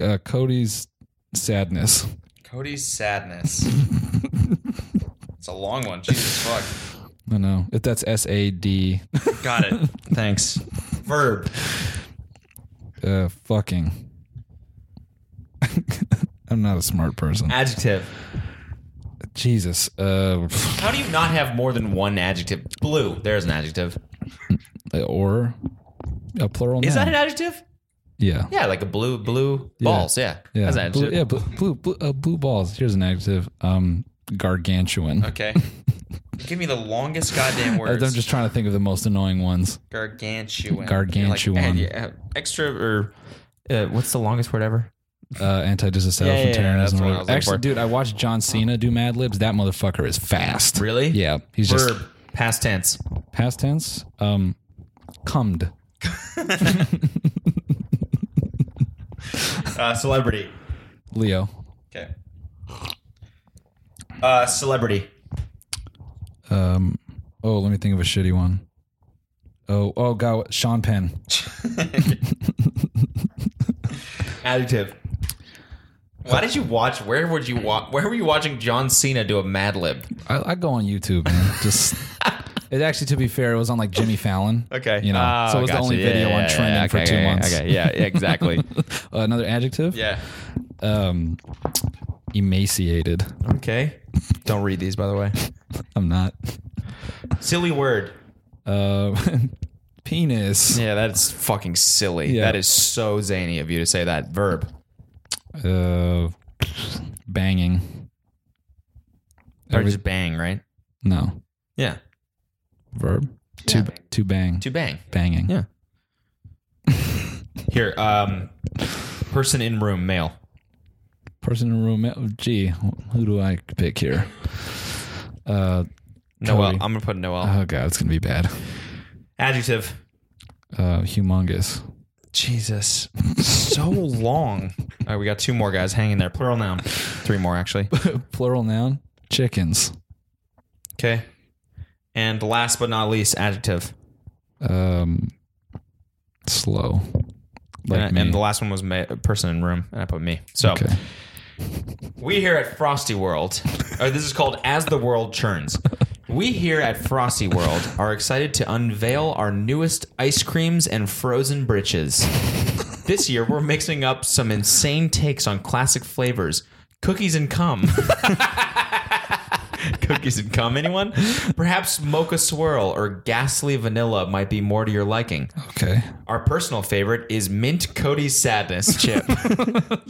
S2: uh, Cody's sadness.
S1: Cody's sadness. it's a long one. Jesus fuck.
S2: I know if that's S A D.
S1: Got it. Thanks. Verb.
S2: Uh, fucking. I'm not a smart
S1: Ah.
S2: person.
S1: Adjective.
S2: Jesus. Uh,
S1: How do you not have more than one adjective? Blue. There's an adjective.
S2: or a plural.
S1: Is
S2: noun.
S1: that an adjective?
S2: Yeah.
S1: Yeah, like a blue blue balls. Yeah.
S2: Yeah.
S1: That's an adjective.
S2: Blue, yeah. Blue. Blue. Blue, uh, blue balls. Here's an adjective. Um, gargantuan. Uh,
S1: Okay. Give me the longest goddamn
S2: I'm
S1: words.
S2: just trying to think of the most annoying ones.
S1: gargantuan.
S2: Gargantuan.
S1: You're like, eh, yeah, extra or uh, what's the longest word ever?
S2: uh, anti-disestablishmentarianism.
S1: Yeah, yeah, yeah, that's
S2: or
S1: what I
S2: whatever.
S1: was looking
S2: Actually,
S1: for.
S2: dude, I watched John Cena do Mad Libs. That motherfucker is fast.
S1: Really?
S2: Yeah, he's
S1: Verb.
S2: just
S1: Past tense.
S2: past tense. Um, cummed.
S1: Uh, celebrity.
S2: Leo.
S1: Okay. Uh, celebrity.
S2: Um, oh, let me think of a shitty one. Oh, oh god, Sean Penn.
S1: Adjective. Why did you watch? Where would you watch? Where were you watching John Cena do a Mad Lib?
S2: I, I go on YouTube, man. Just. It actually, to be fair, it was on like Jimmy Fallon. you know,
S1: Ah,
S2: so it was the only video on trending for two months.
S1: yeah, exactly.
S2: Uh, another adjective,
S1: yeah.
S2: um, emaciated.
S1: Okay. Don't read these, by the way.
S2: I'm not.
S1: Silly word.
S2: Uh, penis.
S1: Yeah, that's fucking silly.
S2: Yeah.
S1: That is so zany of you to say that verb.
S2: Uh, banging.
S1: Or just bang, right?
S2: No
S1: Yeah.
S2: verb. To to bang.
S1: To bang.
S2: banging.
S1: Yeah. Here, um person in room, male.
S2: Person in room. oh, Gee, who do I pick here? Uh,
S1: Noel.
S2: Cody.
S1: I'm gonna put Noel.
S2: oh god, it's gonna be bad.
S1: Adjective.
S2: Uh, humongous.
S1: Jesus. So long. All right, we got two more guys hanging there. Plural noun. Three more actually.
S2: Plural noun. Chickens.
S1: Okay. And last but not least, adjective.
S2: Um, slow. Like
S1: and,
S2: me.
S1: and the last one was ma- person in room, and I put me. So
S2: okay.
S1: We here at Frosty World, or this is called As the World Churns. We here at Frosty World are excited to unveil our newest ice creams and frozen britches. This year, we're mixing up some insane takes on classic flavors cookies and cum. cookies and cum, anyone? Perhaps mocha swirl or ghastly vanilla might be more to your liking.
S2: Okay.
S1: Our personal favorite is mint Cody's sadness chip.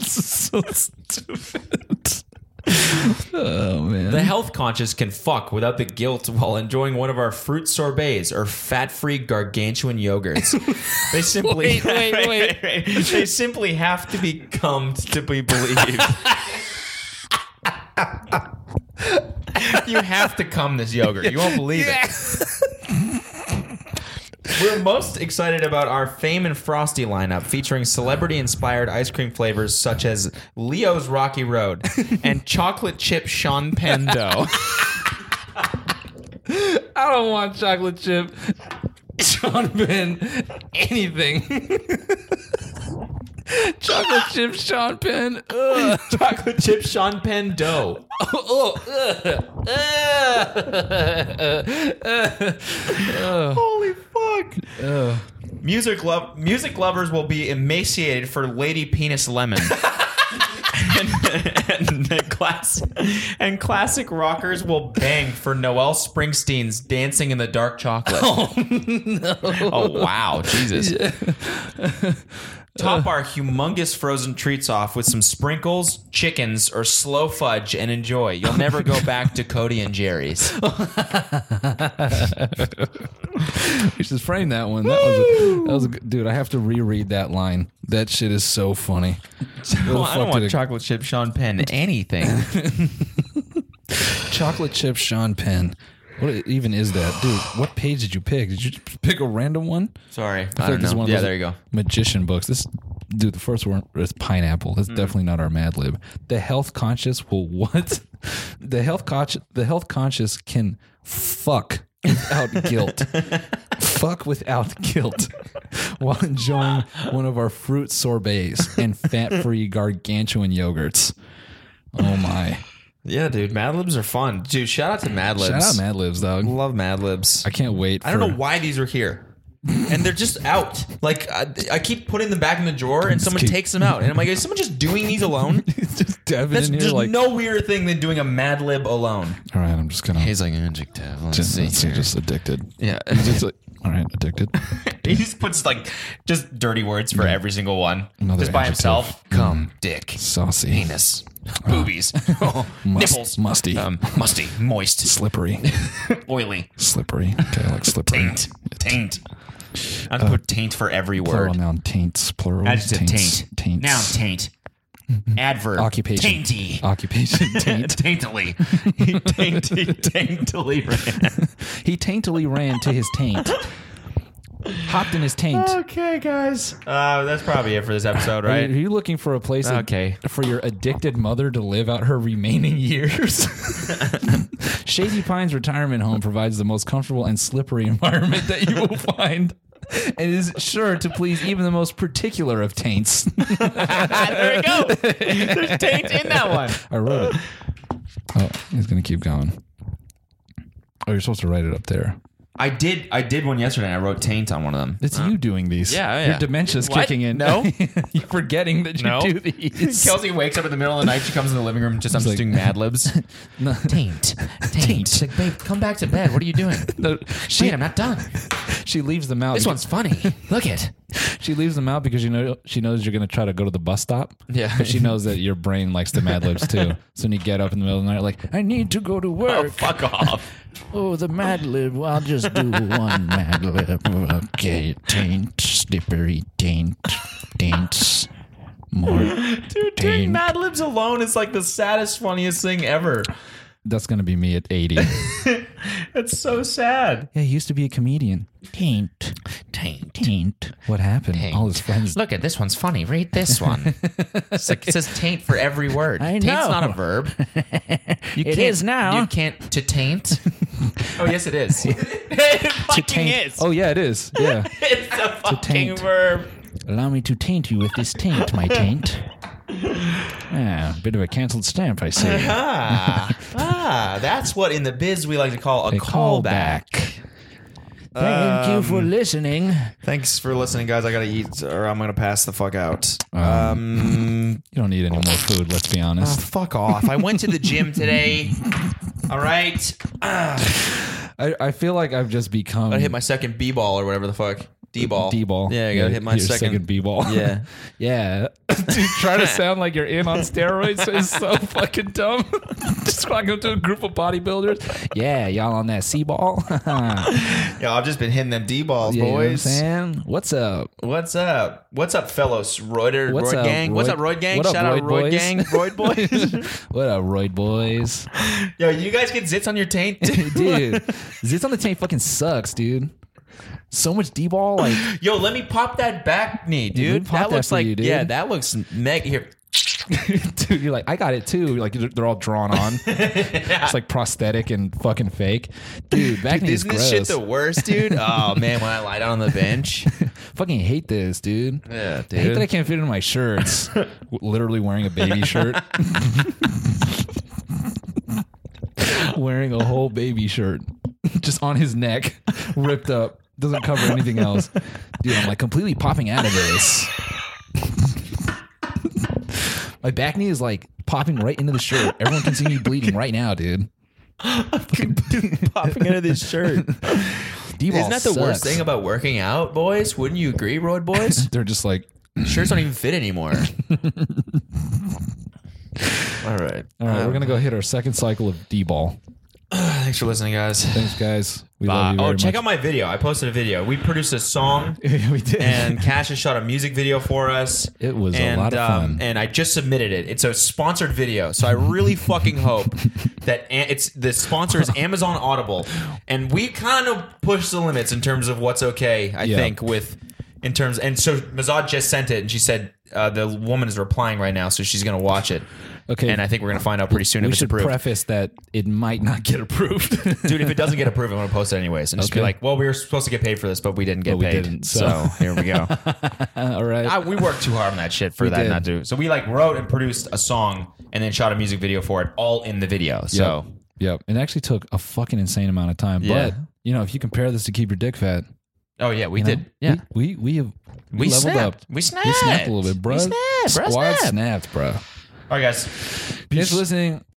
S2: so stupid. oh man.
S1: The health conscious can fuck without the guilt while enjoying one of our fruit sorbets or fat-free gargantuan yogurts. They simply
S6: wait, wait.
S1: they simply have to be cummed to be believed. you have to cum this yogurt. You won't believe it. We're most excited about our Fame and Frosty lineup featuring celebrity inspired ice cream flavors such as Leo's Rocky Road and chocolate chip Sean Pendo.
S2: I don't want chocolate chip, John Penn, anything. chocolate chip, Sean Penn. Ugh.
S7: Chocolate chip Sean Penn dough.
S2: Oh, ugh. Ugh.
S1: Holy fuck! Music love music lovers will be emaciated for Lady Penis Lemon. and, and the class and classic rockers will bang for Noel Springsteen's Dancing in the Dark Chocolate. Oh no. Oh wow, Jesus. Top our humongous frozen treats off with some sprinkles, chickens, or slow fudge and enjoy. You'll never go back to Cody and Jerry's.
S2: We should frame that one. That was, a, that was a good, dude. I have to reread that line. That shit is so funny. Where the
S1: I
S2: fuck
S1: don't
S2: did
S1: want
S2: it-
S1: chocolate chip Sean Penn anything.
S2: chocolate chip Sean Penn. What e-, even is that, dude? What page did you pick? Did you just pick a random one?
S1: Sorry.
S2: I
S1: I
S2: feel like
S1: don't
S2: this is
S1: know.
S2: one of
S1: Yeah,
S2: those
S1: there you go.
S2: Magician books. This dude, the first one is pineapple.
S1: Hmm.
S2: That's definitely not our Mad Lib. The health conscious will what? the health conscious. The health conscious can fuck without guilt. fuck without guilt while enjoying one of our fruit sorbets and fat-free gargantuan yogurts. Oh my!
S1: Yeah, dude, Mad Libs are fun. Dude, shout out to Mad Libs.
S2: Shout out Mad Libs, dog.
S1: Love Mad Libs.
S2: I can't wait.
S1: I don't
S2: for-
S1: know why these are here. and they're just out. Like I, I keep putting them back in the drawer, and someone
S2: keep-
S1: takes them out, and I'm like, is someone just doing these alone?
S2: It's just Devin
S1: That's
S2: in here,
S1: just
S2: like,
S1: no weirder thing than doing a Mad Lib alone.
S2: all right, I'm just gonna.
S1: like an adjective. Let's
S2: Just, let's see, just addicted.
S1: Yeah,
S2: Just like, all right, addicted.
S1: he just puts like just dirty words for every single one,
S2: Another
S1: just by
S2: adjective. Mm.
S1: himself. Come, dick,
S2: Saucy.
S1: penis, boobies,
S2: Oh, Must-
S1: nipples,
S2: Musty.
S1: um, musty, moist,
S2: slippery.
S1: oily.
S2: slippery. Okay, I like slippery.
S1: Taint. Taint. I would put taint for every
S2: Uh, Plural
S1: word.
S2: noun taints. Plural.
S1: Adjective
S2: taints,
S1: taint.
S2: Taints. Mm-hmm.
S1: Noun taint. Adverb.
S2: Occupation.
S1: Tainty.
S2: Occupation. Taint.
S1: Taintily. He tainty, taintily ran.
S6: He taintily ran to his taint. Hopped in his taint.
S1: Okay, guys. Uh, that's probably it for this episode,
S2: Are you- Are
S1: right?
S2: you looking for a place that-
S1: Okay.
S2: for your addicted mother to live out her remaining years? Shady Pines Retirement Home provides the most comfortable and slippery environment that you will find and is sure to please even the most particular of taints.
S1: there we go. There's taint in that one.
S2: I wrote it. Oh, he's gonna keep going. Oh, you're supposed to write it up there.
S1: I did. I did one yesterday. and I wrote taint on one of them.
S2: It's you doing these.
S1: yeah, yeah.
S2: Your dementia's
S1: What?
S2: kicking in.
S1: No.
S2: you're forgetting that you
S1: No.
S2: do these.
S1: Kelsey wakes up in the middle of the night. She comes in the living room. Just I'm just
S2: like-
S1: doing Mad Libs.
S2: No,
S1: Taint, taint. She's like, babe, come back to bed. What are you doing?
S2: no, she,
S1: not done.
S2: she leaves them out. because-
S1: funny. Look it.
S2: She leaves them out because you know she knows you're gonna try to go to the bus stop.
S1: Yeah.
S2: But she knows that your brain likes the Mad Libs too. So when you get up in the middle of the night, like I need to go to
S1: Oh,
S2: work.
S1: fuck off.
S2: Oh, the Mad Lib. Well, I'll just do one Mad Lib. Okay, taint, slippery, taint, taints, more.
S1: Dude,
S2: Taint.
S1: doing Mad Libs alone is like the saddest, funniest thing ever.
S2: That's gonna be me at eighty.
S1: It's so sad.
S2: Yeah, he used to be a comedian. Taint,
S1: Taint.
S2: taint. What happened? All his friends.
S1: Look at this one's funny. Read this one. it's like, it says taint for every word.
S2: I know.
S1: Taint's not a verb. You
S6: It
S1: can't-
S6: is now.
S1: You can't to taint. oh yes, it is. it fucking
S2: Taint.
S1: is.
S2: Oh yeah, it is. Yeah.
S1: It's a fucking
S2: taint.
S1: verb.
S2: Allow me to taint you with this taint, my taint. Ah, bit of a cancelled stamp, I see.
S1: Ah, ah, that's what in the biz we like to call a,
S2: A
S1: callback.
S2: Thank you
S1: Um,
S2: for listening.
S5: Thanks for listening, guys. I gotta eat, or I'm gonna pass the fuck out.
S2: Um. You don't need any more food, let's be honest.
S1: Um, Fuck off. I went to the gym today. All right.
S2: I, I feel like I've just become
S1: I hit my second B ball or whatever the fuck. D ball.
S2: D ball.
S1: Yeah, I gotta hit my second.
S2: B ball.
S1: Yeah.
S2: yeah. Dude, try to sound like you're in on steroids is so fucking dumb. just walk up to a group of bodybuilders. Yeah, y'all on that C ball.
S1: Yo, I've just been hitting them D balls,
S2: You know what I'm
S1: boys.
S2: saying? What's up?
S1: What's up? What's up, fellows? Roider,
S2: What's
S1: Roid
S2: up,
S1: gang. What's
S2: Roid-
S1: up, Roid gang?
S2: What up,
S1: Shout out,
S2: Roid
S1: Roid
S2: boys?
S1: gang, Roid boys.
S2: What up, Roid boys?
S1: Yo, you guys get zits on your taint.
S2: dude. Zits on the tank fucking sucks, dude. So much D ball, like
S1: Yo, let me pop that back knee,
S2: me
S1: dude.
S2: pop
S1: that
S2: that
S1: looks
S2: for
S1: like
S2: you, dude.
S1: yeah, that looks mega. Here,
S2: dude, you're like, I got it too. You're like they're they're all drawn on. It's like prosthetic and fucking fake. Dude, back knee is
S1: Isn't this shit
S2: gross.
S1: the worst, dude? Oh man, when I lie down on the bench,
S2: fucking hate this, dude.
S1: yeah,
S2: I hate that I
S1: dude.
S2: can't fit it in my shirts. W- Literally wearing a baby shirt. wearing a whole baby shirt. Just on his neck, ripped up. Doesn't cover anything else. Dude, I'm like completely popping out of this. my back knee is like popping right into the shirt. Everyone can see me bleeding right now, dude.
S1: Popping into this shirt.
S2: D-ball
S1: Isn't that the worst
S2: sucks.
S1: thing about working out, boys? Wouldn't you agree, Road Boys?
S2: They're just like,
S1: Shirts don't even fit anymore. All right.
S2: all right, we're gonna go hit our second cycle of D-ball.
S5: Thanks for listening, guys.
S2: Thanks, guys. We
S1: Uh,
S2: love you.
S1: oh,
S2: Very
S1: check
S2: much.
S1: out my video. I posted a video. We produced a song,
S2: we did.
S1: and Cash has shot a music video for us.
S2: It was a
S1: and, uh,
S2: lot of fun.
S1: and I just submitted it. It's a sponsored video, so I really fucking hope that a- it's the sponsor is Amazon Audible, and we kind of push the limits in terms of what's okay. I
S2: Yeah.
S1: think with in terms, and so Mazad just sent it, and she said uh, the woman is replying right now, so she's gonna watch it.
S2: Okay.
S1: and I think we're gonna find out pretty soon
S2: we
S1: if it's
S2: should
S1: approved.
S2: preface that it might not get approved.
S1: Dude, if it doesn't get approved, I'm gonna post it anyways, and just be
S2: Okay.
S1: like, "Well, we were supposed to get paid for this, but we didn't get
S2: But we
S1: paid,
S2: didn't,
S1: so.
S2: so."
S1: here we go."
S2: Uh, All right.
S1: I, we worked too hard on that shit for that
S2: did.
S1: not to. So we like wrote and produced a song, and then shot a music video for it, all in the video. So
S2: yep. It actually took a fucking insane amount of time.
S1: Yeah.
S2: But you know, if you compare this to keep your dick fat,
S1: oh yeah, we
S2: you
S1: did.
S2: know, We we, we have we,
S1: we
S2: leveled
S1: snapped.
S2: up.
S1: We snapped.
S2: We snapped a little bit, bro.
S1: We snapped. Bro,
S2: Squad
S1: snap.
S2: snapped, bro.
S1: All right, guys.
S2: Thanks for listening.